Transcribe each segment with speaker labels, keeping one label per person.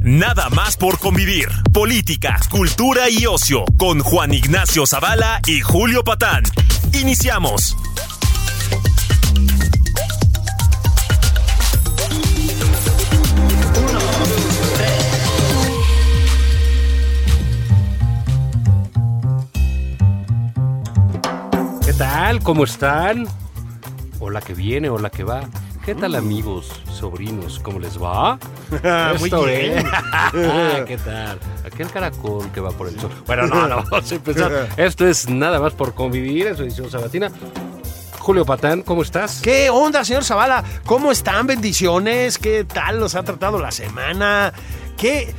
Speaker 1: Nada más por convivir. Política, cultura y ocio con Juan Ignacio Zavala y Julio Patán. Iniciamos.
Speaker 2: ¿Qué tal? ¿Cómo están? Hola que viene, hola que va. ¿Qué
Speaker 3: Mm.
Speaker 2: tal amigos, sobrinos? ¿Cómo les va?
Speaker 4: Muy
Speaker 2: Esto
Speaker 4: bien.
Speaker 2: es. ¿Qué tal? Aquel caracol que va por el sol. Bueno, no, no, vamos a empezar. Esto es nada más por convivir, es su edición sabatina. Julio Patán, ¿cómo estás?
Speaker 3: ¿Qué onda, señor Zavala? ¿Cómo están? Bendiciones. ¿Qué tal los ha tratado la semana? ¿Qué?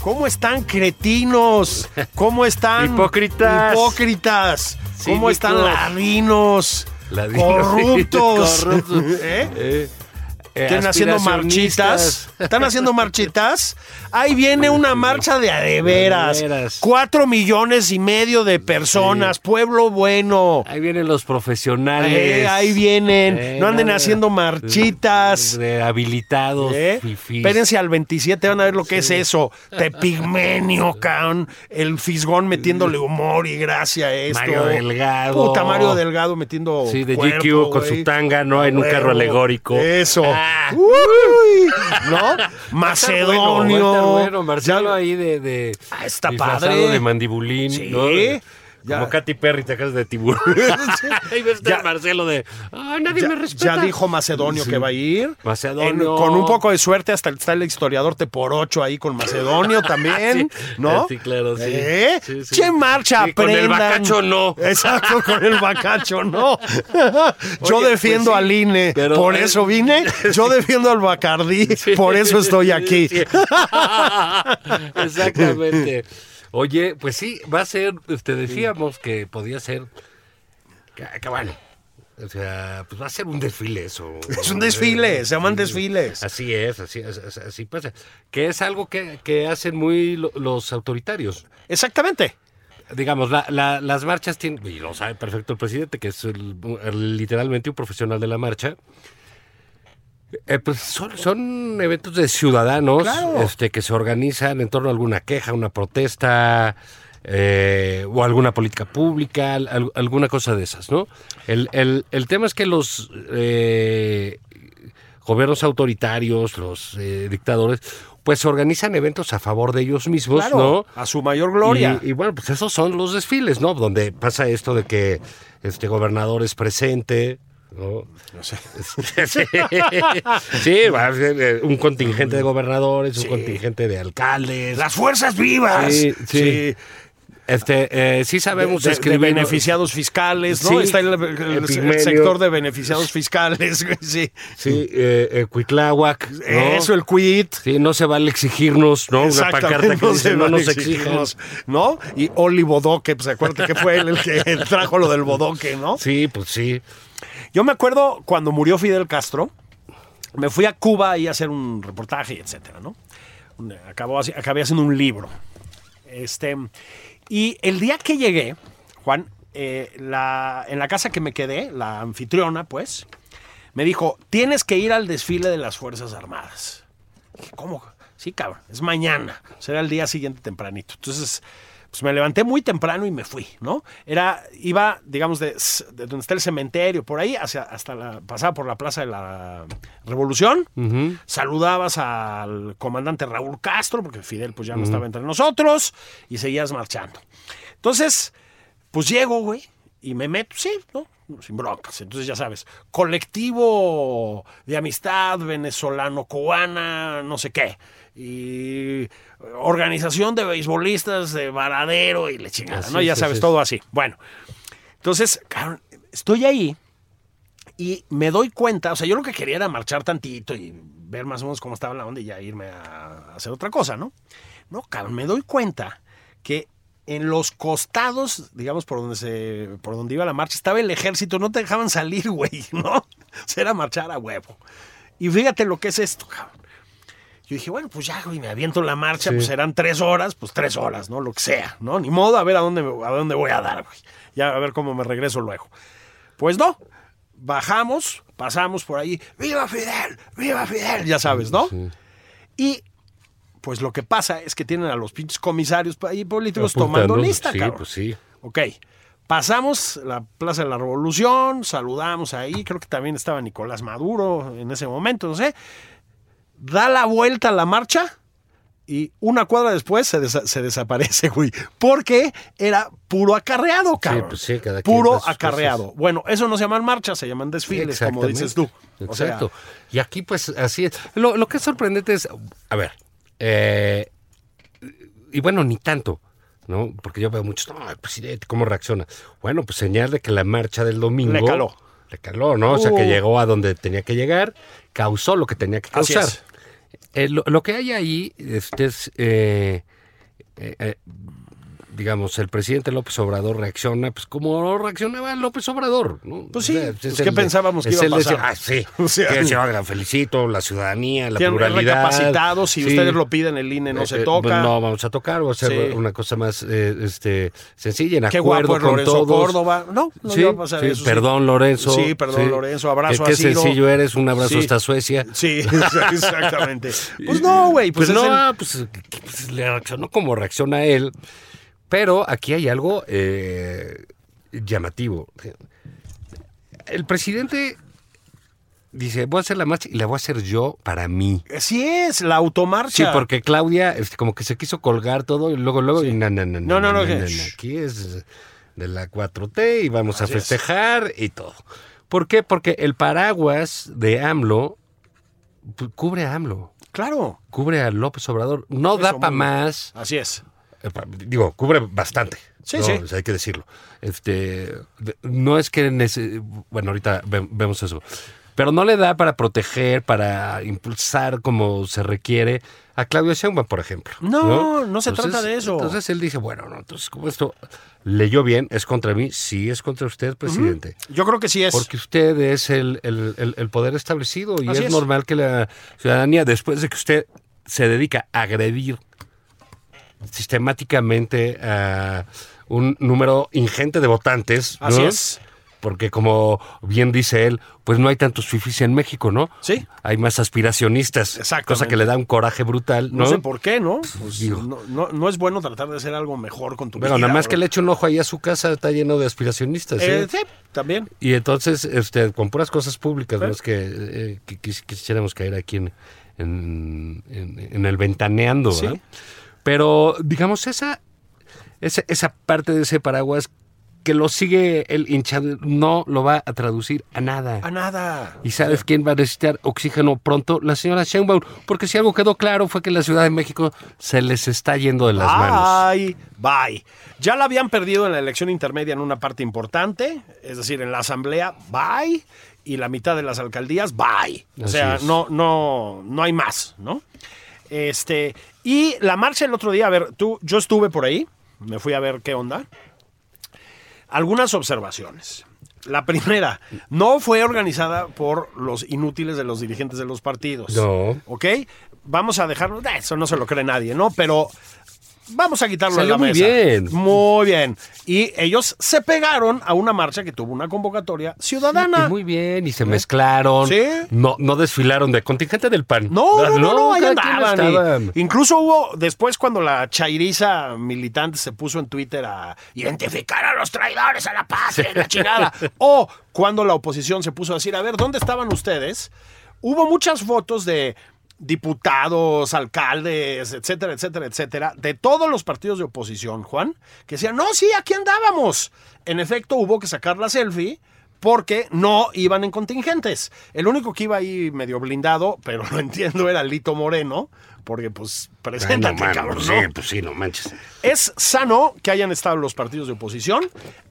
Speaker 3: ¿Cómo están cretinos? ¿Cómo están
Speaker 2: Hipócritas.
Speaker 3: Hipócritas. ¿Cómo
Speaker 2: Cínicos.
Speaker 3: están ladinos?
Speaker 2: Ladinos.
Speaker 3: Corruptos.
Speaker 2: Corruptos.
Speaker 3: ¿Eh?
Speaker 2: Eh, eh,
Speaker 3: ¿Están haciendo
Speaker 2: aspiracionistas.
Speaker 3: marchitas? ¿Están haciendo marchitas? Ahí viene una marcha de adeveras.
Speaker 2: De veras.
Speaker 3: Cuatro millones y medio de personas. Pueblo bueno.
Speaker 2: Ahí vienen los profesionales.
Speaker 3: Eh, ahí vienen.
Speaker 2: Eh,
Speaker 3: no anden
Speaker 2: nada.
Speaker 3: haciendo marchitas.
Speaker 2: De habilitados.
Speaker 3: ¿Eh?
Speaker 2: fifís.
Speaker 3: Espérense al 27, van a ver lo que es eso. Tepigmenio, caón. El fisgón metiéndole humor y gracia a esto.
Speaker 2: Mario Delgado.
Speaker 3: Puta, Mario Delgado metiendo.
Speaker 2: Sí, de
Speaker 3: cuerpo,
Speaker 2: GQ con
Speaker 3: güey. Eh,
Speaker 2: su tanga, no en un
Speaker 3: Huevo.
Speaker 2: carro alegórico.
Speaker 3: Eso.
Speaker 2: Ah.
Speaker 3: Uy, ¿No?
Speaker 2: Está bueno,
Speaker 3: Macedonio.
Speaker 2: está bueno, Marcelo
Speaker 3: Ya-
Speaker 2: ahí de, de
Speaker 3: Ah, está
Speaker 2: disfrazado
Speaker 3: padre.
Speaker 2: de mandibulín,
Speaker 3: Sí,
Speaker 2: ¿no? De-
Speaker 3: ya.
Speaker 2: Como Katy Perry te acuerdas de tiburón. ahí ves a Marcelo de, ay, nadie
Speaker 3: Ya,
Speaker 2: me respeta.
Speaker 3: ya dijo Macedonio
Speaker 2: Sí.
Speaker 3: que va a ir.
Speaker 2: Macedonio.
Speaker 3: con un poco de suerte, hasta está el historiador te por ocho ahí con Macedonio también.
Speaker 2: Sí,
Speaker 3: ¿No?
Speaker 2: sí, claro, sí.
Speaker 3: ¿Eh?
Speaker 2: Sí, sí.
Speaker 3: Che, marcha,
Speaker 2: Sí, con el
Speaker 3: aprendan.
Speaker 2: bacacho no.
Speaker 3: Exacto, con el bacacho no. Yo
Speaker 2: Oye,
Speaker 3: defiendo
Speaker 2: pues sí,
Speaker 3: al INE,
Speaker 2: pero-
Speaker 3: por eso vine. Yo defiendo al Bacardí, por eso estoy aquí.
Speaker 2: Sí. Exactamente. Oye, pues sí, va a ser, te decíamos que podía ser, que, que bueno, o sea, pues va a ser un desfile eso.
Speaker 3: Es un desfile, se llaman desfiles.
Speaker 2: Así es, así, es, así, pasa. Que es algo que, que hacen muy lo- los autoritarios.
Speaker 3: Exactamente.
Speaker 2: Digamos, la- la- las marchas tienen, y lo sabe perfecto el presidente, que es el- el- literalmente un profesional de la marcha. Eh, pues son, son eventos de ciudadanos
Speaker 3: Claro.
Speaker 2: este, que se organizan en torno a alguna queja, una protesta eh, o alguna política pública, al- al- alguna cosa de esas, ¿no? El, el- el tema es que los eh, gobiernos autoritarios, los eh, dictadores, pues organizan eventos a favor de ellos mismos,
Speaker 3: Claro,
Speaker 2: ¿no?
Speaker 3: a su mayor gloria.
Speaker 2: Y, y bueno, pues esos son los desfiles, ¿no? Donde pasa esto de que este gobernador es presente, ¿no? sí, Sí, va a ser, eh, un contingente de gobernadores, un contingente de alcaldes.
Speaker 3: Las fuerzas vivas.
Speaker 2: Sí, sí. Este, eh, sí sabemos
Speaker 3: de, de
Speaker 2: escribir. ¿no?
Speaker 3: beneficiados fiscales, ¿no?
Speaker 2: Sí.
Speaker 3: Está el, el- el
Speaker 2: Epigmenio.
Speaker 3: sector de beneficiados fiscales, güey, sí.
Speaker 2: Sí, eh, eh, Cuitláhuac, ¿no?
Speaker 3: Eso, el quit.
Speaker 2: Sí, no se vale exigirnos, ¿no? Una pancarta que dice, no nos exijan.
Speaker 3: ¿no? Y Oli Bodoque, pues acuérdate que fue él el que trajo lo del Bodoque, ¿no?
Speaker 2: Sí, pues sí.
Speaker 3: Yo me acuerdo cuando murió Fidel Castro, me fui a Cuba ahí a hacer un reportaje, etcétera, ¿no? Un- Acabó, haci- acabé haciendo un libro. Este, y el día que llegué, Juan, eh, la, en la casa que me quedé, la anfitriona, pues, me dijo, tienes que ir al desfile de las Fuerzas Armadas. Dije, ¿cómo? Sí, cabrón, es mañana, será el día siguiente tempranito. Entonces, pues me levanté muy temprano y me fui, ¿no? Era, iba, digamos, de, s- de donde está el cementerio, por ahí, hacia, hasta la, pasaba por la Plaza de la Revolución, saludabas al comandante Raúl Castro, porque Fidel pues ya no estaba entre nosotros, y seguías marchando. Entonces, pues llego, güey, y me meto, sí, ¿no? Sin broncas. Entonces, ya sabes, colectivo de amistad venezolano-cubana, no sé qué. Y organización de beisbolistas de varadero y le chingada,
Speaker 2: Así
Speaker 3: ¿no? Ya
Speaker 2: es,
Speaker 3: sabes,
Speaker 2: así es.
Speaker 3: todo así. Bueno, entonces, cabrón, estoy ahí y me doy cuenta, o sea, yo lo que quería era marchar tantito y ver más o menos cómo estaba la onda y ya irme a hacer otra cosa, ¿no? No, cabrón, me doy cuenta que en los costados, digamos, por donde se, por donde iba la marcha, estaba el ejército, no te dejaban salir, güey, ¿no? O sea, era marchar a huevo. Y fíjate lo que es esto, cabrón. Yo dije, bueno, pues ya, güey, me aviento la marcha, pues serán tres horas, pues tres horas, ¿no? Lo que sea, ¿no? Ni modo, a ver a dónde, me- a dónde voy a dar, güey. Ya a ver cómo me regreso luego. Pues no, bajamos, pasamos por ahí, ¡viva Fidel! ¡viva Fidel! Ya sabes, ¿no? Y pues lo que pasa es que tienen a los pinches comisarios pa- y políticos Pues tomando
Speaker 2: Apuntando,
Speaker 3: lista,
Speaker 2: sí,
Speaker 3: cabrón.
Speaker 2: pues sí.
Speaker 3: Ok. Pasamos la Plaza de la Revolución, saludamos ahí, creo que también estaba Nicolás Maduro en ese momento, no sé. Da la vuelta a la marcha y una cuadra después se, desa- se desaparece, güey. Porque era puro acarreado, cabrón.
Speaker 2: pues sí, cada quien
Speaker 3: puro
Speaker 2: hace sus
Speaker 3: acarreado. Bueno, eso no se llaman marchas, se llaman desfiles, como dices tú.
Speaker 2: Exactamente.
Speaker 3: O sea,
Speaker 2: Exacto. y aquí, pues, así es. Lo, lo que es sorprendente es, a ver, eh, y bueno, ni tanto, ¿no? Porque yo veo muchos, no, el presidente, ¿cómo reacciona? Bueno, pues señal de que la marcha del domingo.
Speaker 3: Le caló.
Speaker 2: Le caló, ¿no? O sea,
Speaker 3: Uh.
Speaker 2: que llegó a donde tenía que llegar, causó lo que tenía que
Speaker 3: Así
Speaker 2: causar.
Speaker 3: es.
Speaker 2: Eh, lo, lo que hay ahí este es, eh, eh, eh, digamos, el presidente López Obrador reacciona, pues como reaccionaba López Obrador, ¿no?
Speaker 3: Pues sí,
Speaker 2: es
Speaker 3: pues,
Speaker 2: el
Speaker 3: ¿qué
Speaker 2: de-
Speaker 3: pensábamos que
Speaker 2: es
Speaker 3: iba a
Speaker 2: el de decir,
Speaker 3: pasar?
Speaker 2: ah, sí,
Speaker 3: O sea,
Speaker 2: que se haga, felicito, la ciudadanía, la
Speaker 3: tienen
Speaker 2: pluralidad.
Speaker 3: recapacitado, si
Speaker 2: sí.
Speaker 3: ustedes lo piden, el INE no
Speaker 2: Eh,
Speaker 3: se
Speaker 2: eh,
Speaker 3: toca.
Speaker 2: pues, no vamos a tocar, va a ser
Speaker 3: Sí.
Speaker 2: una cosa más eh, este, sencilla, en
Speaker 3: Qué
Speaker 2: acuerdo
Speaker 3: guapo es
Speaker 2: con
Speaker 3: Lorenzo
Speaker 2: todos.
Speaker 3: Córdoba. No, no
Speaker 2: Sí,
Speaker 3: iba a pasar
Speaker 2: sí,
Speaker 3: eso, sí.
Speaker 2: Perdón, Lorenzo.
Speaker 3: Sí, perdón, Lorenzo, abrazo
Speaker 2: Qué, qué
Speaker 3: a Ciro.
Speaker 2: sencillo eres, un abrazo
Speaker 3: Sí.
Speaker 2: hasta Suecia.
Speaker 3: Sí, exactamente. Pues no, güey. Pues,
Speaker 2: Pues,
Speaker 3: es
Speaker 2: no,
Speaker 3: el-
Speaker 2: ah, pues, que- pues, le reaccionó como reacciona él. Pero aquí hay algo eh, llamativo. El presidente dice, voy a hacer la marcha y la voy a hacer yo para mí.
Speaker 3: Sí es, la
Speaker 2: Sí,
Speaker 3: automarcha.
Speaker 2: porque Claudia este, como que se quiso colgar todo y luego, luego, y na, na, na,
Speaker 3: No,
Speaker 2: na,
Speaker 3: no, no,
Speaker 2: na,
Speaker 3: que-
Speaker 2: na, na, aquí es de la 4T y vamos a festejar y todo. ¿Por qué? Porque el paraguas de AMLO pues, cubre a AMLO,
Speaker 3: Claro,
Speaker 2: cubre a López Obrador. No da
Speaker 3: Eso,
Speaker 2: para
Speaker 3: muy bien.
Speaker 2: más.
Speaker 3: así es.
Speaker 2: Eh, pa- digo, cubre bastante.
Speaker 3: Sí,
Speaker 2: ¿no?
Speaker 3: sí.
Speaker 2: O sea, hay que decirlo. Este, de- no es que nece- bueno, ahorita ve- vemos eso. Pero no le da para proteger, para impulsar como se requiere a Claudio Sheinbaum, por ejemplo.
Speaker 3: No, no se trata de eso.
Speaker 2: Entonces él dice, bueno, no, entonces como esto leyó bien, es contra mí, sí es contra usted, presidente.
Speaker 3: Yo creo que sí es.
Speaker 2: Porque usted es el, el- el- el poder establecido y
Speaker 3: Así
Speaker 2: es,
Speaker 3: es.
Speaker 2: normal que la ciudadanía, después de que usted se dedica a agredir sistemáticamente a un número ingente de votantes, ¿no?
Speaker 3: Así es.
Speaker 2: Porque como bien dice él, pues no hay tantos fifís en México, ¿no?
Speaker 3: Sí.
Speaker 2: Hay más aspiracionistas. Cosa
Speaker 3: Exactamente.
Speaker 2: que le da un coraje brutal,
Speaker 3: no,
Speaker 2: ¿no?
Speaker 3: sé por qué, ¿no? Pues,
Speaker 2: digo.
Speaker 3: no, no- no es bueno tratar de hacer algo mejor con tu
Speaker 2: Bueno,
Speaker 3: vida,
Speaker 2: nada más que le
Speaker 3: güey.
Speaker 2: eche un ojo ahí a su casa, está lleno de aspiracionistas. ¿eh?
Speaker 3: Eh, sí, también.
Speaker 2: Y entonces, este, con puras cosas públicas, no es que, eh, que quis- quisiéramos caer aquí en, en- en- en el ventaneando,
Speaker 3: Sí.
Speaker 2: ¿verdad? Pero, digamos, esa, esa, esa parte de ese paraguas que lo sigue el hinchado no lo va a traducir a nada.
Speaker 3: A nada.
Speaker 2: ¿Y sabes quién va a necesitar oxígeno pronto? La señora Sheinbaum. Porque si algo quedó claro fue que la Ciudad de México se les está yendo de las
Speaker 3: Ah,
Speaker 2: manos.
Speaker 3: Bye, bye. Ya la habían perdido en la elección intermedia en una parte importante, es decir, en la asamblea, bye, y la mitad de las alcaldías, bye. O
Speaker 2: Así
Speaker 3: sea,
Speaker 2: es.
Speaker 3: no, no, no hay más, ¿no? Este, y la marcha el otro día, a ver, tú, yo estuve por ahí, me fui a ver qué onda. Algunas observaciones. La primera, no fue organizada por los inútiles de los dirigentes de los partidos.
Speaker 2: No.
Speaker 3: ¿Ok? Vamos a dejarlo. eh, Eso no se lo cree nadie, ¿no? Pero vamos a quitarlo de
Speaker 2: Salió
Speaker 3: la
Speaker 2: muy
Speaker 3: mesa.
Speaker 2: bien.
Speaker 3: Muy bien. Y ellos se pegaron a una marcha que tuvo una convocatoria ciudadana.
Speaker 2: Y muy bien, y se mezclaron.
Speaker 3: ¿Eh? Sí.
Speaker 2: No, no desfilaron de contingente del PAN.
Speaker 3: No, no, no, no, ahí
Speaker 2: cada quien
Speaker 3: andaban.
Speaker 2: estaban.
Speaker 3: Y- incluso hubo, después cuando la chairiza militante se puso en Twitter a identificar a los traidores a la patria, y la chingada, o cuando la oposición se puso a decir, a ver, ¿dónde estaban ustedes? Hubo muchas fotos de diputados, alcaldes, etcétera, etcétera, etcétera, de todos los partidos de oposición, Juan, que decían, no, sí, aquí andábamos. En efecto, hubo que sacar la selfie porque no iban en contingentes. El único que iba ahí medio blindado, pero lo entiendo, era Lito Moreno, porque pues preséntate,
Speaker 2: mano,
Speaker 3: cabrón,
Speaker 2: pues
Speaker 3: ¿no?
Speaker 2: sí, pues sí, no manches.
Speaker 3: Es sano que hayan estado los partidos de oposición,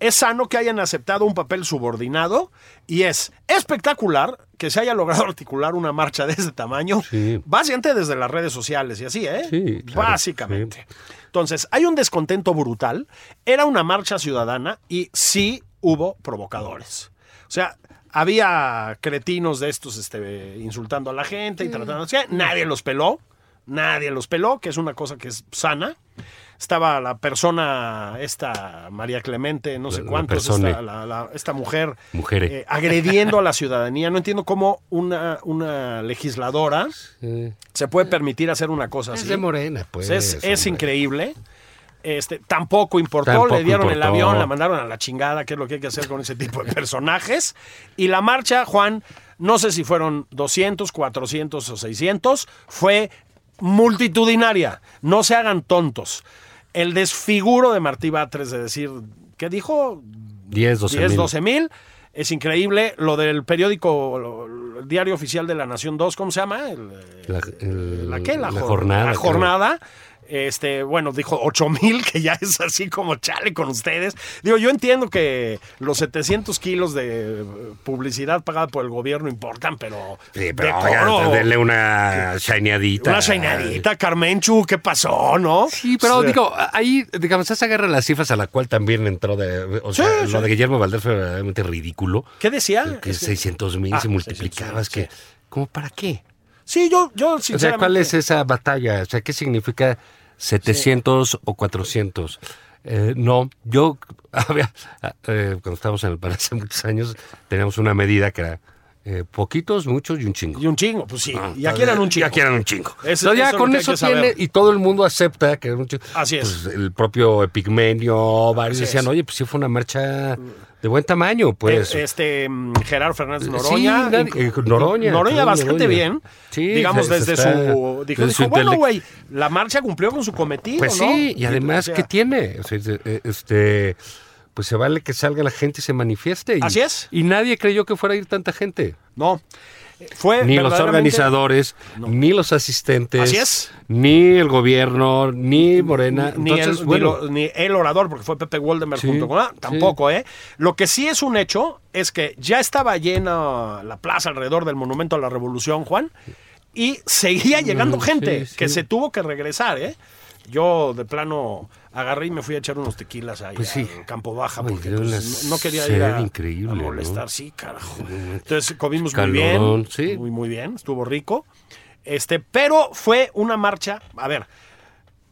Speaker 3: es sano que hayan aceptado un papel subordinado y es espectacular que se haya logrado articular una marcha de ese tamaño,
Speaker 2: Sí.
Speaker 3: básicamente desde las redes sociales y así, ¿eh?
Speaker 2: Sí, claro,
Speaker 3: básicamente. Entonces, hay un descontento brutal, era una marcha ciudadana y sí hubo provocadores. O sea, había cretinos de estos este, insultando a la gente y tratando así, nadie los peló, nadie los peló, que es una cosa que es sana. Estaba la persona, esta María Clemente, no sé
Speaker 2: La- la
Speaker 3: cuántos,
Speaker 2: persona.
Speaker 3: esta, la- la- esta mujer
Speaker 2: Mujer.
Speaker 3: eh, agrediendo a la ciudadanía. No entiendo cómo una, una legisladora se puede permitir hacer una cosa así.
Speaker 2: Es de Morena, pues.
Speaker 3: Es, es
Speaker 2: hombre.
Speaker 3: increíble. Este, tampoco importó,
Speaker 2: Tampoco
Speaker 3: le dieron el
Speaker 2: importó.
Speaker 3: avión, la mandaron a la chingada, que es lo que hay que hacer con ese tipo de personajes. Y la marcha, Juan, no sé si fueron 200, 400 o 600, fue multitudinaria. No se hagan tontos. El desfiguro de Martí Batres de decir, ¿qué dijo?
Speaker 2: 10, 12
Speaker 3: 10,
Speaker 2: mil.
Speaker 3: 12 mil. Es increíble lo del periódico, lo- el diario oficial de la Nación 2, ¿cómo se llama? El, eh,
Speaker 2: La, el-
Speaker 3: ¿La qué? La, jor-
Speaker 2: jornada.
Speaker 3: La
Speaker 2: creo.
Speaker 3: jornada. Este, bueno, dijo 8000, que ya es así como chale con ustedes. Digo, yo entiendo que los 700 kilos de eh, publicidad pagada por el gobierno importan, pero.
Speaker 2: Sí, pero
Speaker 3: decoro.
Speaker 2: oigan, denle una shineadita.
Speaker 3: Una chainadita, Carmenchu, ¿qué pasó, no?
Speaker 2: Sí, pero
Speaker 3: O sea,
Speaker 2: digo, ahí, digamos, esa guerra de las cifras a la cual también entró de. O sea,
Speaker 3: sí.
Speaker 2: lo de Guillermo Valdés fue verdaderamente ridículo.
Speaker 3: ¿Qué decía?
Speaker 2: Que
Speaker 3: Es que-
Speaker 2: 600 mil
Speaker 3: Ah,
Speaker 2: se multiplicaba.
Speaker 3: 600,000,
Speaker 2: Es que, ¿cómo para qué?
Speaker 3: Sí, yo, yo
Speaker 2: O sea,
Speaker 3: sinceramente.
Speaker 2: ¿cuál es esa batalla? O sea, ¿qué significa 700 o 400? Eh, no, yo, había, eh, cuando estábamos en el palacio hace muchos años, teníamos una medida que era eh, poquitos, muchos y un chingo.
Speaker 3: Y un chingo, pues sí.
Speaker 2: Ah,
Speaker 3: y aquí eran un
Speaker 2: Y
Speaker 3: chingo.
Speaker 2: aquí eran un chingo.
Speaker 3: Es-
Speaker 2: Entonces, ya
Speaker 3: eso es lo
Speaker 2: con
Speaker 3: que hay
Speaker 2: eso
Speaker 3: que saber.
Speaker 2: tiene, y todo el mundo acepta que era un chingo.
Speaker 3: Así es.
Speaker 2: Pues, el propio Epigmenio, varios
Speaker 3: Así
Speaker 2: decían,
Speaker 3: es.
Speaker 2: oye, pues sí fue una marcha de buen tamaño, pues.
Speaker 3: Eh, Este mm, Gerardo Fernández Noroña.
Speaker 2: Sí, nadie- eh, Noroña,
Speaker 3: Noroña
Speaker 2: claro,
Speaker 3: bastante
Speaker 2: Noroña.
Speaker 3: bien.
Speaker 2: Sí,
Speaker 3: digamos,
Speaker 2: se- se
Speaker 3: desde
Speaker 2: está-
Speaker 3: su. Dijo,
Speaker 2: desde
Speaker 3: dijo,
Speaker 2: su
Speaker 3: bueno,
Speaker 2: intele-
Speaker 3: güey, la marcha cumplió con su cometido,
Speaker 2: Pues
Speaker 3: ¿no?"
Speaker 2: sí, y además,
Speaker 3: o sea,
Speaker 2: ¿qué tiene? O sea, eh, este, pues se vale que salga la gente y se manifieste. Y,
Speaker 3: Así es.
Speaker 2: Y nadie creyó que fuera a ir tanta gente.
Speaker 3: No. Fue.
Speaker 2: Ni los
Speaker 3: Eh, verdaderamente-
Speaker 2: organizadores, ni los asistentes.
Speaker 3: Así es.
Speaker 2: Ni el gobierno, ni Morena.
Speaker 3: Ni,
Speaker 2: Entonces,
Speaker 3: el,
Speaker 2: bueno,
Speaker 3: ni lo- ni el orador, porque fue Pepe Woldenberg
Speaker 2: Sí,
Speaker 3: junto con. ah,
Speaker 2: sí.
Speaker 3: tampoco, ¿eh? Lo que sí es un hecho es que ya estaba llena la plaza alrededor del Monumento a la Revolución, Juan, y seguía llegando
Speaker 2: Mm,
Speaker 3: gente
Speaker 2: sí, sí.
Speaker 3: que se tuvo que regresar, ¿eh? Yo de plano agarré y me fui a echar unos tequilas ahí
Speaker 2: Pues sí.
Speaker 3: a Campo Baja
Speaker 2: Ay,
Speaker 3: porque
Speaker 2: dio
Speaker 3: pues,
Speaker 2: una
Speaker 3: no, no quería
Speaker 2: sed
Speaker 3: ir a,
Speaker 2: increíble,
Speaker 3: a
Speaker 2: ¿no?
Speaker 3: molestar, sí, carajo. Entonces comimos muy
Speaker 2: Calorón,
Speaker 3: bien,
Speaker 2: sí.
Speaker 3: muy muy bien, estuvo rico. Este, pero fue una marcha, a ver,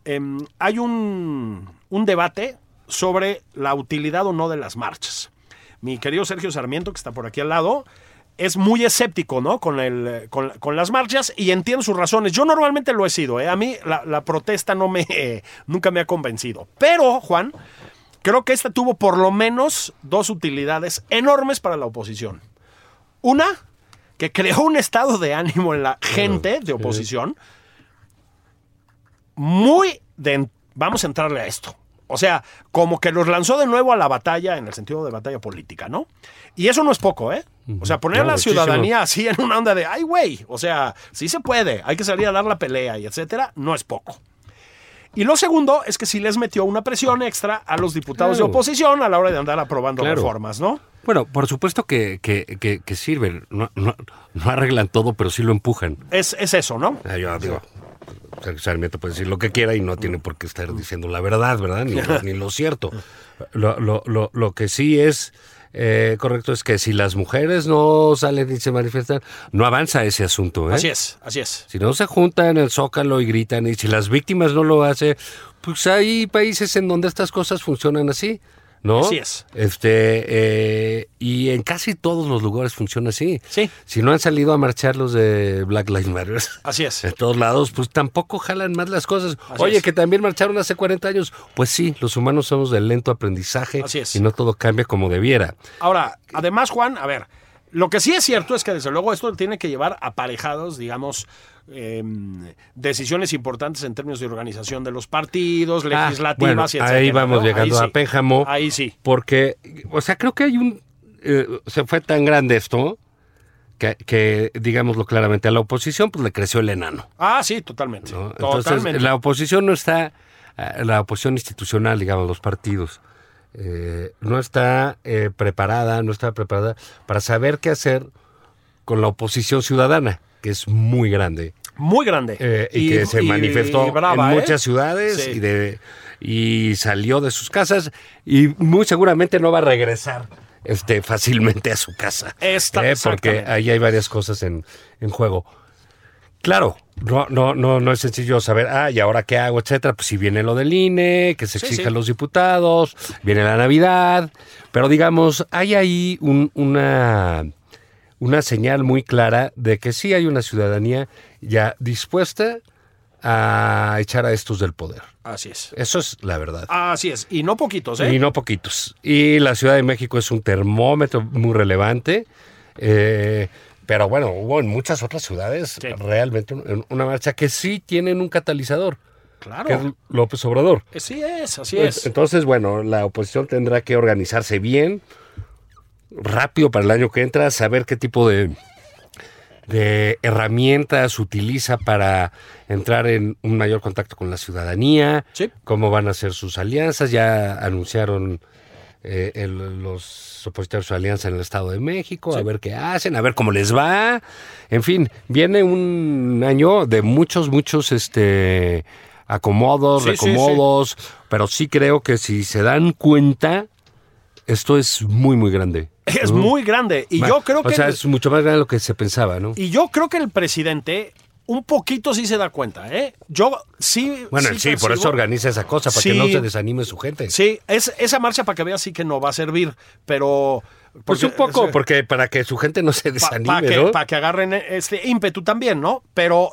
Speaker 3: em, hay un, un debate sobre la utilidad o no de las marchas. Mi querido Sergio Sarmiento, que está por aquí al lado, es muy escéptico, ¿no? Con, el, eh, con, con las marchas y entiendo sus razones. Yo normalmente lo he sido, ¿eh? A mí la, la protesta no me, nunca me ha convencido. Pero, Juan, creo que esta tuvo por lo menos dos utilidades enormes para la oposición. Una, que creó un estado de ánimo en la gente de oposición muy de en- vamos a entrarle a esto. O sea, como que los lanzó de nuevo a la batalla en el sentido de batalla política, ¿no? Y eso no es poco, ¿eh? O sea, poner a
Speaker 2: No,
Speaker 3: la
Speaker 2: muchísimo.
Speaker 3: ciudadanía así en una onda de, ay, güey, o sea, sí se puede, hay que salir a dar la pelea y etcétera, no es poco. Y lo segundo es que sí les metió una presión extra a los diputados
Speaker 2: Claro.
Speaker 3: de oposición a la hora de andar aprobando
Speaker 2: Claro.
Speaker 3: reformas, ¿no?
Speaker 2: bueno, por supuesto que, que, que- que sirven. No, no- no arreglan todo, pero sí lo empujan.
Speaker 3: Es, es eso, ¿no?
Speaker 2: Ah, Yo digo, Sergio Sarmiento puede decir lo que quiera y no tiene por qué estar diciendo la verdad, ¿verdad? Ni, lo- ni lo cierto. Lo, lo- lo- lo que sí es eh, correcto es que si las mujeres no salen y se manifiestan, no avanza ese asunto, ¿eh?
Speaker 3: Así es, así es.
Speaker 2: Si no se juntan en el zócalo y gritan, y si las víctimas no lo hacen, pues hay países en donde estas cosas funcionan así, ¿no?
Speaker 3: Así es.
Speaker 2: Este, eh, y en casi todos los lugares funciona así.
Speaker 3: Sí.
Speaker 2: Si no han salido a marchar los de Black Lives Matter.
Speaker 3: Así es.
Speaker 2: En todos lados, pues tampoco jalan más las cosas.
Speaker 3: Así
Speaker 2: Oye,
Speaker 3: es.
Speaker 2: que también marcharon hace 40 años. Pues sí, los humanos somos de lento aprendizaje
Speaker 3: Así es.
Speaker 2: y no todo cambia como debiera.
Speaker 3: Ahora, además, Juan, a ver, lo que sí es cierto es que desde luego esto tiene que llevar aparejados, digamos, em, decisiones importantes en términos de organización de los partidos,
Speaker 2: Ah,
Speaker 3: legislativas
Speaker 2: bueno,
Speaker 3: y etcétera.
Speaker 2: ahí vamos
Speaker 3: ¿no?
Speaker 2: llegando
Speaker 3: Ahí
Speaker 2: a
Speaker 3: sí.
Speaker 2: Pénjamo.
Speaker 3: Ahí sí.
Speaker 2: Porque, o sea, creo que hay un eh, se fue tan grande esto que, que, digámoslo claramente, a la oposición pues le creció el enano.
Speaker 3: Ah, sí, totalmente.
Speaker 2: ¿no?
Speaker 3: totalmente.
Speaker 2: Entonces, la oposición no está, eh, la oposición institucional, digamos, los partidos, eh, no está eh, preparada, no está preparada para saber qué hacer con la oposición ciudadana, que es muy grande.
Speaker 3: Muy grande.
Speaker 2: eh, y, que se
Speaker 3: y-
Speaker 2: manifestó
Speaker 3: y brava,
Speaker 2: en
Speaker 3: ¿eh?
Speaker 2: muchas ciudades
Speaker 3: Sí.
Speaker 2: y, de, y salió de sus casas y muy seguramente no va a regresar este, fácilmente a su casa.
Speaker 3: Esta-
Speaker 2: Eh, porque
Speaker 3: exactamente.
Speaker 2: ahí hay varias cosas en, en juego. Claro, no, no, no, no es sencillo saber, ah, y ahora qué hago, etcétera. Pues si viene lo del INE, que se
Speaker 3: Sí,
Speaker 2: exijan
Speaker 3: sí.
Speaker 2: los diputados, viene la Navidad, pero digamos, hay ahí un- una, una señal muy clara de que sí hay una ciudadanía ya dispuesta a echar a estos del poder.
Speaker 3: Así es.
Speaker 2: Eso es la verdad.
Speaker 3: Así es. Y no poquitos, ¿eh?
Speaker 2: Y no poquitos. Y la Ciudad de México es un termómetro muy relevante. eh, pero bueno, hubo en muchas otras ciudades
Speaker 3: Sí.
Speaker 2: realmente un- una marcha que sí tienen un catalizador, que es
Speaker 3: claro.
Speaker 2: López Obrador.
Speaker 3: Así es, así
Speaker 2: Pues,
Speaker 3: es.
Speaker 2: Entonces, bueno, la oposición tendrá que organizarse bien, rápido para el año que entra, saber qué tipo de, de herramientas utiliza para entrar en un mayor contacto con la ciudadanía,
Speaker 3: Sí.
Speaker 2: cómo van a ser sus alianzas. Ya anunciaron eh, el- los opositores su alianza en el Estado de México, a ver qué hacen, a ver cómo les va. En fin, viene un año de muchos, muchos este acomodos,
Speaker 3: Sí, sí, sí.
Speaker 2: recomodos, pero sí creo que si se dan cuenta, esto es muy, muy grande.
Speaker 3: Es
Speaker 2: ¿no?
Speaker 3: muy grande. Y yo creo que.
Speaker 2: uh-huh. O sea,
Speaker 3: el-
Speaker 2: es mucho más grande de lo que se pensaba, ¿no?
Speaker 3: Y yo creo que el presidente un poquito sí se da cuenta, ¿eh? Yo sí.
Speaker 2: Bueno, sí, por eso
Speaker 3: percibo-
Speaker 2: organiza esa cosa, para
Speaker 3: Sí.
Speaker 2: que no se desanime su gente.
Speaker 3: Sí, es, esa marcha para que veas sí que no va a servir, pero...
Speaker 2: Pues
Speaker 3: porque-
Speaker 2: un poco,
Speaker 3: es-
Speaker 2: porque para que su gente no se
Speaker 3: pa-
Speaker 2: desanime,
Speaker 3: pa que,
Speaker 2: ¿no?
Speaker 3: pa' que agarren este ímpetu también, ¿no? Pero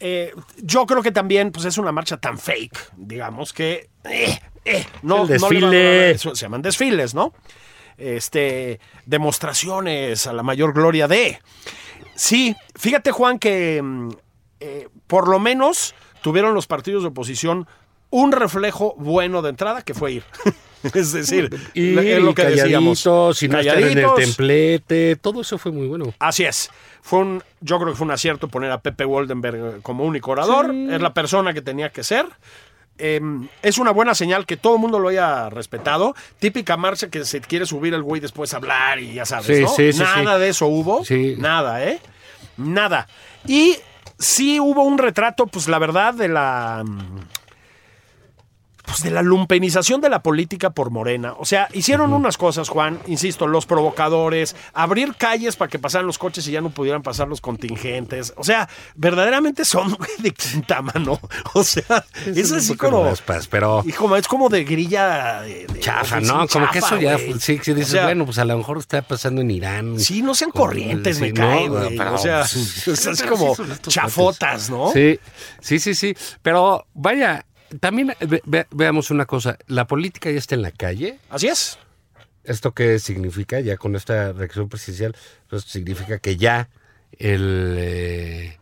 Speaker 3: eh, yo creo que también pues es una marcha tan fake, digamos, que... eh, eh, no,
Speaker 2: El
Speaker 3: no le van a
Speaker 2: desfile.
Speaker 3: dar- eso se llaman desfiles, ¿no? Este, demostraciones a la mayor gloria de... Sí, fíjate Juan que mm, eh, por lo menos tuvieron los partidos de oposición un reflejo bueno de entrada que fue ir. es decir,
Speaker 2: Y
Speaker 3: es lo que decíamos.
Speaker 2: calladitos, sin estar en el
Speaker 3: Calladitos.
Speaker 2: templete, todo eso fue muy bueno.
Speaker 3: Así es. Fue un, yo creo que fue un acierto poner a Pepe Woldenberg eh, como único orador. Es la persona que tenía que ser. Eh, es una buena señal que todo el mundo lo haya respetado. Típica marcha que se quiere subir el güey después a hablar y ya sabes,
Speaker 2: Sí,
Speaker 3: ¿no?
Speaker 2: sí, sí,
Speaker 3: Nada
Speaker 2: sí.
Speaker 3: de eso hubo.
Speaker 2: Sí.
Speaker 3: Nada, ¿eh? Nada. Y sí hubo un retrato, pues la verdad, de la. mm, pues, de la lumpenización de la política por Morena. O sea, hicieron unas cosas, Juan, insisto, los provocadores, abrir calles para que pasaran los coches y ya no pudieran pasar los contingentes. O sea, verdaderamente son güey, de quinta mano. O sea, es
Speaker 2: un
Speaker 3: así
Speaker 2: poco
Speaker 3: como...
Speaker 2: raspas, pero-
Speaker 3: y como- es como de grilla... de- de
Speaker 2: Chafa,
Speaker 3: oficina,
Speaker 2: ¿no? Como que
Speaker 3: chafa,
Speaker 2: eso ya,
Speaker 3: güey.
Speaker 2: fue- sí, sí, dices,
Speaker 3: O sea,
Speaker 2: bueno, pues a lo mejor está pasando en Irán.
Speaker 3: Sí, no sean
Speaker 2: Como-
Speaker 3: corrientes, me
Speaker 2: sí,
Speaker 3: cae,
Speaker 2: no,
Speaker 3: güey.
Speaker 2: pero-
Speaker 3: o sea,
Speaker 2: sí, sí,
Speaker 3: es así
Speaker 2: pero sí
Speaker 3: como
Speaker 2: son estos
Speaker 3: chafotas, ¿no?
Speaker 2: Sí, sí, sí, sí. Pero vaya, también ve- ve- veamos una cosa. La política ya está en la calle.
Speaker 3: Así es.
Speaker 2: ¿Esto qué significa? Ya con esta reacción presidencial, pues significa que ya el, eh,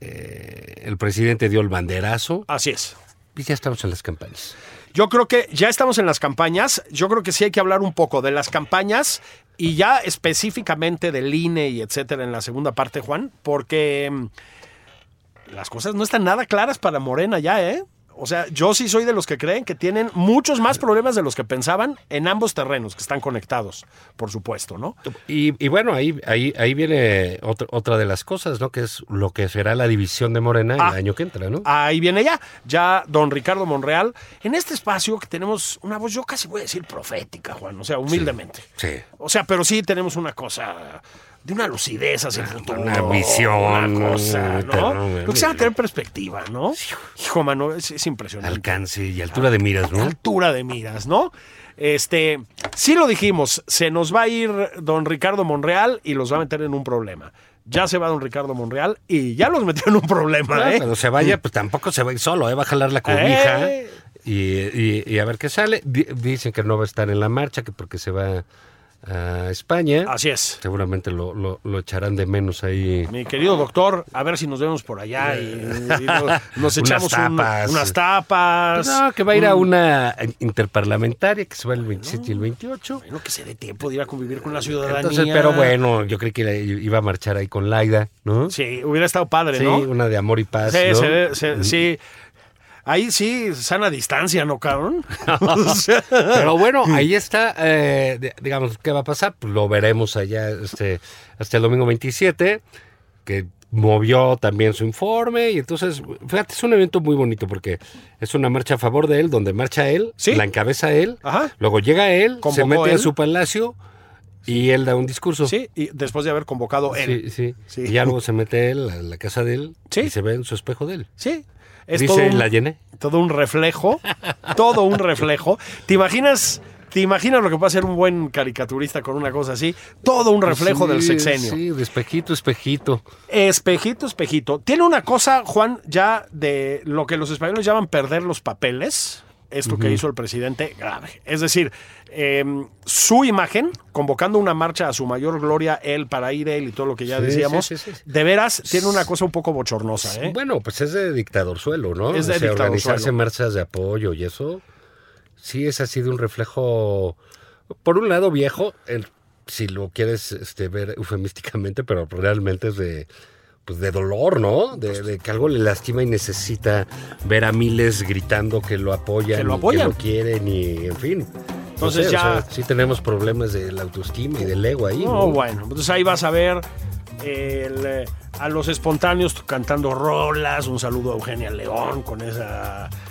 Speaker 2: eh, el presidente dio el banderazo
Speaker 3: Así es.
Speaker 2: y ya estamos en las campañas.
Speaker 3: Yo creo que ya estamos en las campañas. Yo creo que sí hay que hablar un poco de las campañas y ya específicamente del INE y etcétera en la segunda parte, Juan, porque mm, las cosas no están nada claras para Morena ya, ¿eh? O sea, yo sí soy de los que creen que tienen muchos más problemas de los que pensaban en ambos terrenos que están conectados, por supuesto, ¿no?
Speaker 2: Y, y bueno, ahí, ahí, ahí viene otra, otra de las cosas, ¿no? Que es lo que será la división de Morena
Speaker 3: Ah.
Speaker 2: el año que entra, ¿no?
Speaker 3: Ahí viene ya, ya don Ricardo Monreal. En este espacio que tenemos una voz, yo casi voy a decir profética, Juan, o sea, humildemente.
Speaker 2: Sí.
Speaker 3: O sea, pero sí tenemos una cosa de una lucidez hacia el futuro.
Speaker 2: una visión, eh,
Speaker 3: Una cosa,
Speaker 2: ¿no?
Speaker 3: ¿no? Lo que se llama tener perspectiva, ¿no? Hijo, mano, es, es impresionante.
Speaker 2: Alcance y altura de miras, ¿no?
Speaker 3: Altura de miras, ¿no? Este, sí lo dijimos, se nos va a ir don Ricardo Monreal y los va a meter en un problema. Ya se va don Ricardo Monreal y ya los metió en un problema,
Speaker 2: Claro,
Speaker 3: ¿eh?
Speaker 2: Cuando se vaya, pues tampoco se va a ir solo, ¿eh? va a jalar la cobija
Speaker 3: Eh.
Speaker 2: y, y- y a ver qué sale. Di- Dicen que no va a estar en la marcha, que porque se va a España.
Speaker 3: Así es.
Speaker 2: Seguramente lo, lo- lo echarán de menos ahí.
Speaker 3: Mi querido doctor, a ver si nos vemos por allá y, y no- nos
Speaker 2: Unas
Speaker 3: echamos un-
Speaker 2: tapas. Pues
Speaker 3: unas tapas.
Speaker 2: No, que va a ir a una interparlamentaria que se va el 27 y el 28.
Speaker 3: Bueno, que se dé tiempo de ir a convivir con la ciudadanía.
Speaker 2: Entonces, pero bueno, yo creí que la- iba a marchar ahí con Laida, ¿no?
Speaker 3: Sí, hubiera estado padre,
Speaker 2: Sí, Mm.
Speaker 3: ¿no?
Speaker 2: una de amor y paz.
Speaker 3: Sí,
Speaker 2: ¿no?
Speaker 3: se ve- se- sí. Ahí sí, sana distancia, ¿no, cabrón? O sea,
Speaker 2: Pero bueno, ahí está, eh, de- digamos, ¿qué va a pasar? Pues lo veremos allá este, hasta el domingo 27, que movió también su informe y entonces, fíjate, es un evento muy bonito porque es una marcha a favor de él, donde marcha él,
Speaker 3: Sí.
Speaker 2: la encabeza él,
Speaker 3: Ajá.
Speaker 2: luego llega él, se
Speaker 3: Convocó
Speaker 2: mete a
Speaker 3: él.
Speaker 2: su palacio y él da un discurso.
Speaker 3: sí, y después de haber convocado
Speaker 2: Sí,
Speaker 3: él.
Speaker 2: sí.
Speaker 3: Sí.
Speaker 2: Y ya luego se mete él a la casa de él
Speaker 3: Sí.
Speaker 2: y se ve en su espejo de él.
Speaker 3: Sí. Es
Speaker 2: Dice,
Speaker 3: todo un,
Speaker 2: la llené.
Speaker 3: todo un reflejo. Todo un reflejo. ¿Te imaginas? ¿Te imaginas lo que puede hacer un buen caricaturista con una cosa así? Todo un reflejo
Speaker 2: Sí,
Speaker 3: del sexenio.
Speaker 2: Sí, de espejito, espejito.
Speaker 3: Espejito, espejito. Tiene una cosa, Juan, ya de lo que los españoles llaman perder los papeles. Esto que hizo el presidente, grave. Es decir, eh, su imagen, convocando una marcha a su mayor gloria, él para ir él y todo lo que ya
Speaker 2: Sí,
Speaker 3: decíamos,
Speaker 2: sí, sí, sí.
Speaker 3: de veras tiene una cosa un poco bochornosa. ¿eh?
Speaker 2: Bueno, pues es de dictador suelo, ¿no?
Speaker 3: Es de
Speaker 2: O sea,
Speaker 3: dictadorzuelo.
Speaker 2: organizarse marchas de apoyo y eso sí es así de un reflejo, por un lado viejo, el- si lo quieres este, ver eufemísticamente, pero realmente es de, pues de dolor, ¿no? De, de que algo le lastima y necesita ver a miles gritando que lo apoyan,
Speaker 3: Que lo
Speaker 2: y
Speaker 3: apoyan.
Speaker 2: lo quieren y en fin. No
Speaker 3: Entonces
Speaker 2: sé, o
Speaker 3: ya-
Speaker 2: sea, sí tenemos problemas de la autoestima y del ego ahí.
Speaker 3: No,
Speaker 2: ¿no?
Speaker 3: bueno, entonces ahí vas a ver el, eh, a los espontáneos cantando rolas, un saludo a Eugenia León con ese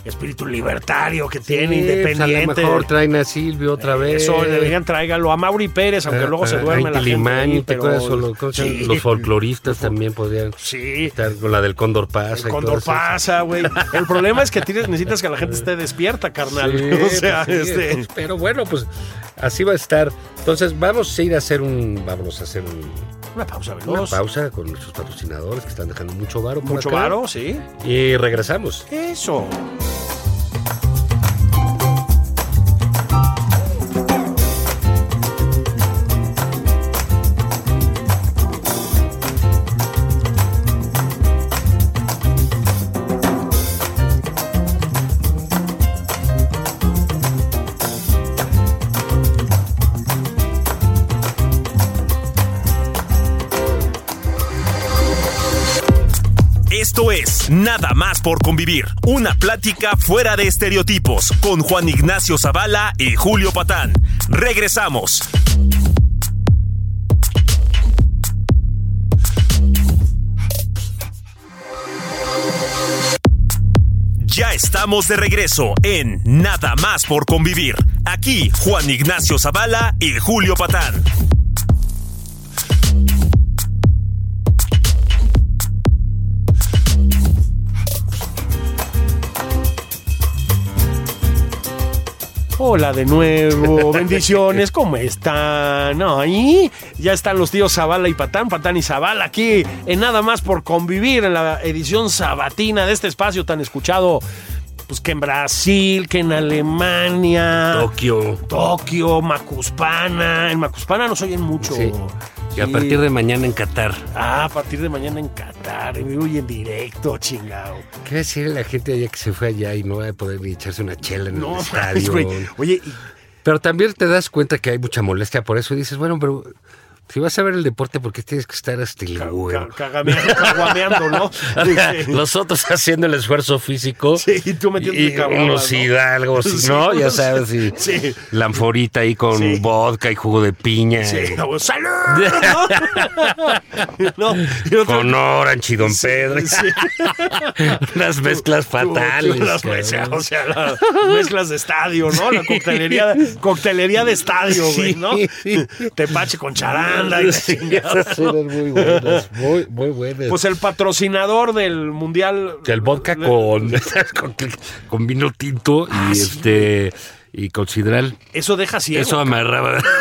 Speaker 3: espíritu libertario que tiene,
Speaker 2: Sí, pues, a
Speaker 3: independiente.
Speaker 2: lo mejor traen a Silvio otra vez.
Speaker 3: Eso deberían tráigalo a Mauri Pérez, aunque
Speaker 2: Ah,
Speaker 3: luego se
Speaker 2: ah,
Speaker 3: duerme
Speaker 2: Inti
Speaker 3: la gente.
Speaker 2: Limani,
Speaker 3: ahí,
Speaker 2: ¿te acuerdas? O lo- ¿cómo se llama?
Speaker 3: sí,
Speaker 2: Los folcloristas también podrían
Speaker 3: sí,
Speaker 2: estar con la del Cóndor Pasa. y
Speaker 3: el
Speaker 2: todo
Speaker 3: cóndor
Speaker 2: eso.
Speaker 3: pasa, güey. El problema es que tienes, necesitas que la gente esté despierta, carnal.
Speaker 2: Sí,
Speaker 3: o sea,
Speaker 2: pues sí,
Speaker 3: este,
Speaker 2: entonces, pero bueno, pues así va a estar. Entonces vamos a ir a hacer un, vamos a hacer un-
Speaker 3: una pausa veloz.
Speaker 2: una pausa con nuestros patrocinadores que están dejando mucho varo. por
Speaker 3: Mucho
Speaker 2: acá.
Speaker 3: varo, sí.
Speaker 2: Y regresamos.
Speaker 3: Eso.
Speaker 1: Esto es Nada más por convivir, una plática fuera de estereotipos con Juan Ignacio Zavala y Julio Patán. Regresamos. Ya estamos de regreso en Nada más por convivir. Aquí Juan Ignacio Zavala y Julio Patán.
Speaker 3: Hola de nuevo, bendiciones, ¿cómo están? Ahí ya están los tíos Zavala y Patán, Patán y Zavala aquí en Nada más por convivir en la edición sabatina de este espacio tan escuchado, pues que en Brasil, que en Alemania,
Speaker 2: Tokio.
Speaker 3: Tokio, Macuspana, en Macuspana nos oyen mucho.
Speaker 2: Sí. Y a
Speaker 3: Sí.
Speaker 2: partir de mañana en Qatar.
Speaker 3: Ah, a partir de mañana en Qatar, en vivo y en directo, chingado.
Speaker 2: ¿Qué decir a la gente allá que se fue allá y no va a poder ni echarse una chela en el
Speaker 3: No, mames,
Speaker 2: estadio?
Speaker 3: güey. Oye, y
Speaker 2: Pero también te das cuenta que hay mucha molestia por eso y dices, bueno, pero si vas a ver el deporte, ¿por qué tienes que estar hasta el
Speaker 3: ca-
Speaker 2: huevo?
Speaker 3: ca- cagameando, caguameando, ¿no? Sí.
Speaker 2: Los otros haciendo el esfuerzo físico.
Speaker 3: Sí, y tú metiéndote
Speaker 2: y
Speaker 3: caguamas,
Speaker 2: Los
Speaker 3: ¿no?
Speaker 2: hidalgos,
Speaker 3: Sí,
Speaker 2: ¿no? Ya
Speaker 3: sí.
Speaker 2: sabes, y
Speaker 3: Sí.
Speaker 2: la anforita ahí con
Speaker 3: Sí.
Speaker 2: vodka y jugo de piña.
Speaker 3: Sí,
Speaker 2: y
Speaker 3: no, ¡Salud! ¿no? No, y otro-
Speaker 2: Con Orange y Don Pedro.
Speaker 3: Sí.
Speaker 2: Unas mezclas fatales.
Speaker 3: Las
Speaker 2: cabrón.
Speaker 3: mezclas, o sea, las mezclas de estadio, ¿no? La coctelería, coctelería de estadio, güey, ¿no?
Speaker 2: Sí.
Speaker 3: Tepache con charanda y la
Speaker 2: Sí,
Speaker 3: chingada.
Speaker 2: esas eran muy buenas, muy, muy buenas.
Speaker 3: Pues el patrocinador del mundial.
Speaker 2: Que el vodka con, con, con vino tinto y este y considerar.
Speaker 3: Eso deja ciego.
Speaker 2: Eso amarraba.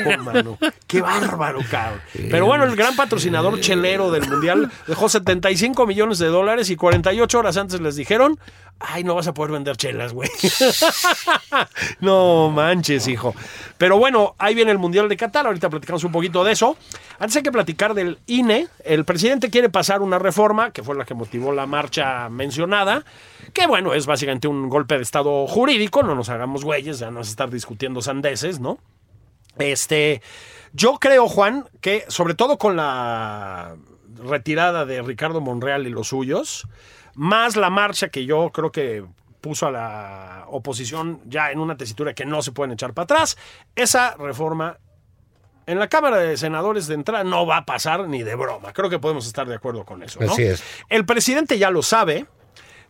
Speaker 3: Hijo, Oh, mano. Qué bárbaro, cabrón. Pero bueno, el gran patrocinador chelero del Mundial dejó 75 millones de dólares y 48 horas antes les dijeron, ay, no vas a poder vender chelas, güey. no manches, hijo. Pero bueno, ahí viene el Mundial de Qatar, ahorita platicamos un poquito de eso. Antes hay que platicar del INE. El presidente quiere pasar una reforma, que fue la que motivó la marcha mencionada, que bueno, es básicamente un golpe de Estado jurídico, no nos hagamos güeyes, ya no vas a estar discutiendo sandeces, ¿no? Este, yo creo, Juan, que sobre todo con la retirada de Ricardo Monreal y los suyos, más la marcha que yo creo que puso a la oposición ya en una tesitura que no se pueden echar para atrás, esa reforma en la Cámara de Senadores de entrada no va a pasar ni de broma. Creo que podemos estar de acuerdo con eso. ¿no?
Speaker 2: Así es.
Speaker 3: El presidente ya lo sabe,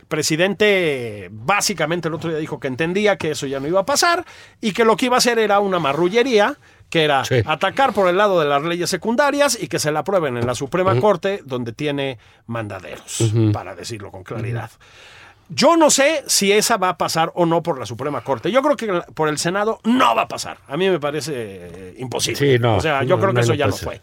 Speaker 3: presidente básicamente el otro día dijo que entendía que eso ya no iba a pasar y que lo que iba a hacer era una marrullería, que era
Speaker 2: Sí.
Speaker 3: atacar por el lado de las leyes secundarias y que se la aprueben en la Suprema Corte, donde tiene mandaderos, para decirlo con claridad. Yo no sé si esa va a pasar o no por la Suprema Corte. Yo creo que la- por el Senado no va a pasar. A mí me parece eh, imposible.
Speaker 2: Sí, no.
Speaker 3: o sea, yo
Speaker 2: No,
Speaker 3: creo que
Speaker 2: no,
Speaker 3: eso
Speaker 2: no
Speaker 3: ya no
Speaker 2: puede
Speaker 3: fue.
Speaker 2: ser.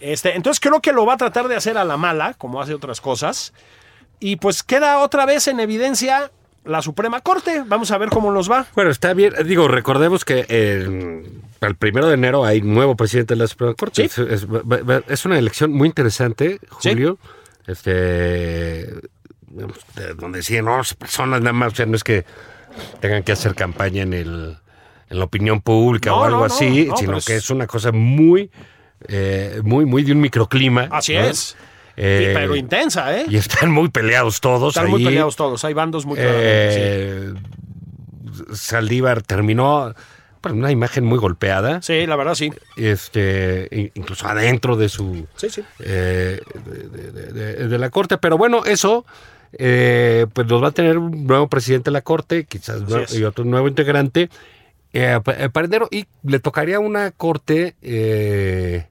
Speaker 3: Este, entonces creo que lo va a tratar de hacer a la mala, como hace otras cosas. Y pues queda otra vez en evidencia la Suprema Corte. Vamos a ver cómo nos va.
Speaker 2: Bueno, está bien. Digo, recordemos que eh, el primero de enero hay nuevo presidente de la Suprema Corte.
Speaker 3: Sí.
Speaker 2: Es, es- va- va- es una elección muy interesante,
Speaker 3: Sí.
Speaker 2: Julio. Este, digamos, de- donde deciden 11 personas nada más. O sea, no es que tengan que hacer campaña en el en la opinión pública
Speaker 3: No,
Speaker 2: o algo
Speaker 3: no, no,
Speaker 2: así,
Speaker 3: no,
Speaker 2: sino
Speaker 3: pero es-
Speaker 2: que es una cosa muy, eh, muy, muy de un microclima.
Speaker 3: Así
Speaker 2: ¿no?
Speaker 3: es.
Speaker 2: Eh,
Speaker 3: Pero intensa, ¿eh?
Speaker 2: y están muy peleados todos.
Speaker 3: Están muy
Speaker 2: ahí.
Speaker 3: peleados todos. Hay bandos muy claramente, sí.
Speaker 2: Eh, Saldívar terminó bueno, una imagen muy golpeada,
Speaker 3: Sí, la verdad sí.
Speaker 2: este, in- incluso adentro de su
Speaker 3: Sí, sí.
Speaker 2: eh, de, de- de- de- de la corte. Pero bueno, eso eh, pues nos va a tener un nuevo presidente de la corte, quizás nue-
Speaker 3: es.
Speaker 2: y otro nuevo integrante eh, pa- eh, para enero y le tocaría a una corte eh,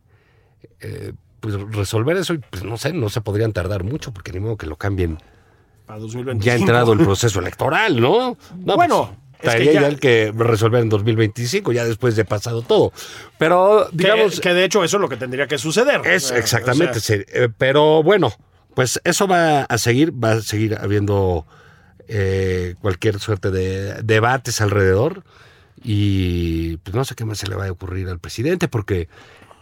Speaker 2: eh, pues resolver eso y pues no sé, no se podrían tardar mucho porque ni modo que lo cambien
Speaker 3: Para 2025.
Speaker 2: ya ha entrado el proceso electoral, ¿no? No,
Speaker 3: Bueno,
Speaker 2: pues,
Speaker 3: es que
Speaker 2: estaría
Speaker 3: ya-
Speaker 2: ya... el que resolver en 2025, ya después de pasado todo. Pero,
Speaker 3: Que-
Speaker 2: digamos,
Speaker 3: que, de hecho eso es lo que tendría que suceder.
Speaker 2: es
Speaker 3: Eh,
Speaker 2: exactamente.
Speaker 3: o sea,
Speaker 2: sí, eh, pero bueno, pues eso va a seguir, va a seguir habiendo eh, cualquier suerte de debates alrededor. Y pues no sé qué más se le va a ocurrir al presidente, porque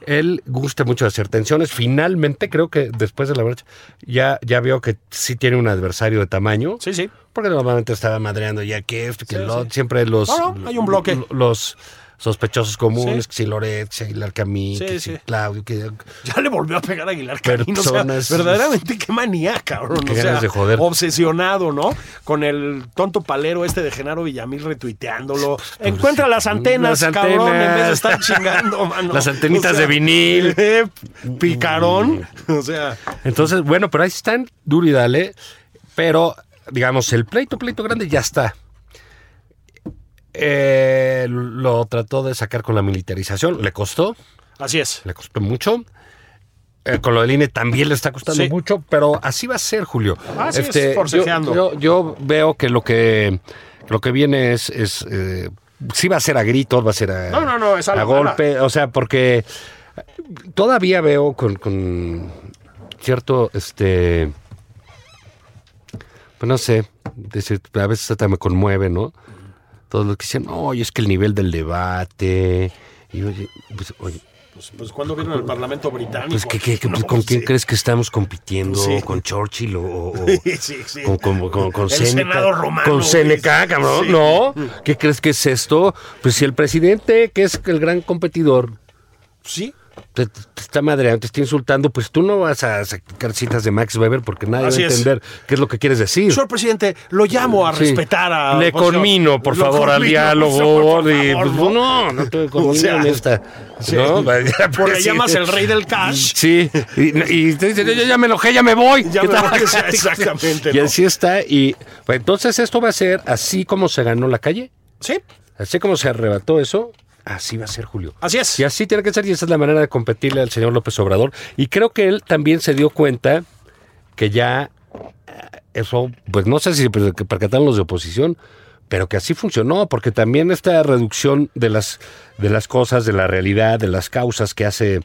Speaker 2: él gusta mucho de hacer tensiones. Finalmente, creo que después de la marcha, ya, ya veo que sí tiene un adversario de tamaño.
Speaker 3: sí, sí.
Speaker 2: Porque normalmente estaba madreando ya que esto, que
Speaker 3: Sí,
Speaker 2: lo-
Speaker 3: sí.
Speaker 2: siempre los.
Speaker 3: No, no, hay un bloque.
Speaker 2: Los sospechosos comunes,
Speaker 3: Sí.
Speaker 2: que si Loret, que si Aguilar Camín,
Speaker 3: Sí,
Speaker 2: que si
Speaker 3: sí.
Speaker 2: Claudio, que.
Speaker 3: Ya le volvió a pegar a Aguilar Camino.
Speaker 2: Personas-
Speaker 3: verdaderamente qué manía, cabrón.
Speaker 2: Qué
Speaker 3: o sea,
Speaker 2: ganas de joder.
Speaker 3: Obsesionado, ¿no? Con el tonto palero este de Genaro Villamil retuiteándolo. Encuentra las
Speaker 2: Pues,
Speaker 3: antenas,
Speaker 2: Las
Speaker 3: cabrón, en vez de
Speaker 2: antenas.
Speaker 3: estar chingando, mano.
Speaker 2: Las antenitas de vinil. Mm.
Speaker 3: eh, picarón. O sea,
Speaker 2: Entonces, bueno, pero ahí están duro y dale. Pero, digamos, el pleito, pleito grande ya está. Eh, lo trató de sacar con la militarización, le costó.
Speaker 3: así es.
Speaker 2: le costó mucho. Eh, con lo del INE también le está costando
Speaker 3: Sí.
Speaker 2: mucho, pero así va a ser, Julio. Este,
Speaker 3: Así es,
Speaker 2: yo,
Speaker 3: forcejeando.
Speaker 2: yo- yo veo que lo que lo que viene es, es eh, sí va a ser a gritos, va a ser a,
Speaker 3: No, no, no, es algo-
Speaker 2: a golpe, o sea, porque todavía veo con, con cierto, este, pues no sé, decir, a veces hasta me conmueve, ¿no? Todos los que dicen, oye, es que el nivel del debate, y oye, pues, oye,
Speaker 3: Pues, pues cuando vino el Parlamento británico.
Speaker 2: pues, ¿qué, qué- qué-
Speaker 3: No,
Speaker 2: pues, ¿con
Speaker 3: pues,
Speaker 2: quién
Speaker 3: sí.
Speaker 2: crees que estamos compitiendo?
Speaker 3: Sí.
Speaker 2: ¿Con Churchill o, o- o
Speaker 3: Sí, sí.
Speaker 2: con, con, con- con
Speaker 3: El
Speaker 2: Seneca?
Speaker 3: Senado romano,
Speaker 2: ¿Con
Speaker 3: güey.
Speaker 2: Seneca, cabrón?
Speaker 3: Sí.
Speaker 2: ¿No? ¿Qué crees que es esto? Pues si el presidente, que es el gran competidor,
Speaker 3: Sí.
Speaker 2: te, te está madreando, te está insultando, pues tú no vas a sacar citas de Max Weber porque nadie
Speaker 3: Así
Speaker 2: va a
Speaker 3: es.
Speaker 2: entender qué es lo que quieres decir.
Speaker 3: Señor presidente, lo llamo a
Speaker 2: Sí.
Speaker 3: respetar a.
Speaker 2: Le conmino, por
Speaker 3: ah, Lo
Speaker 2: favor, al
Speaker 3: conmino,
Speaker 2: diálogo.
Speaker 3: por favor,
Speaker 2: y, pues,
Speaker 3: ¿no?
Speaker 2: no, no te conmino
Speaker 3: O sea,
Speaker 2: en esta.
Speaker 3: sí.
Speaker 2: ¿no?
Speaker 3: Porque le llamas el rey del cash.
Speaker 2: Sí, y, y te dice, yo, yo ya me enojé, ya me voy.
Speaker 3: Ya
Speaker 2: ¿Qué
Speaker 3: me
Speaker 2: tal?
Speaker 3: voy, sí, exactamente,
Speaker 2: Y
Speaker 3: ¿no?
Speaker 2: así está. Y pues, entonces esto va a ser así como se ganó la calle,
Speaker 3: Sí,
Speaker 2: así como se arrebató eso, así va a ser Julio.
Speaker 3: así es.
Speaker 2: Y así tiene que ser, y esa es la manera de competirle al señor López Obrador. Y creo que él también se dio cuenta que ya eh, eso, pues no sé si se per- que percataron los de oposición, pero que así funcionó, porque también esta reducción de las, de las cosas, de la realidad, de las causas que hace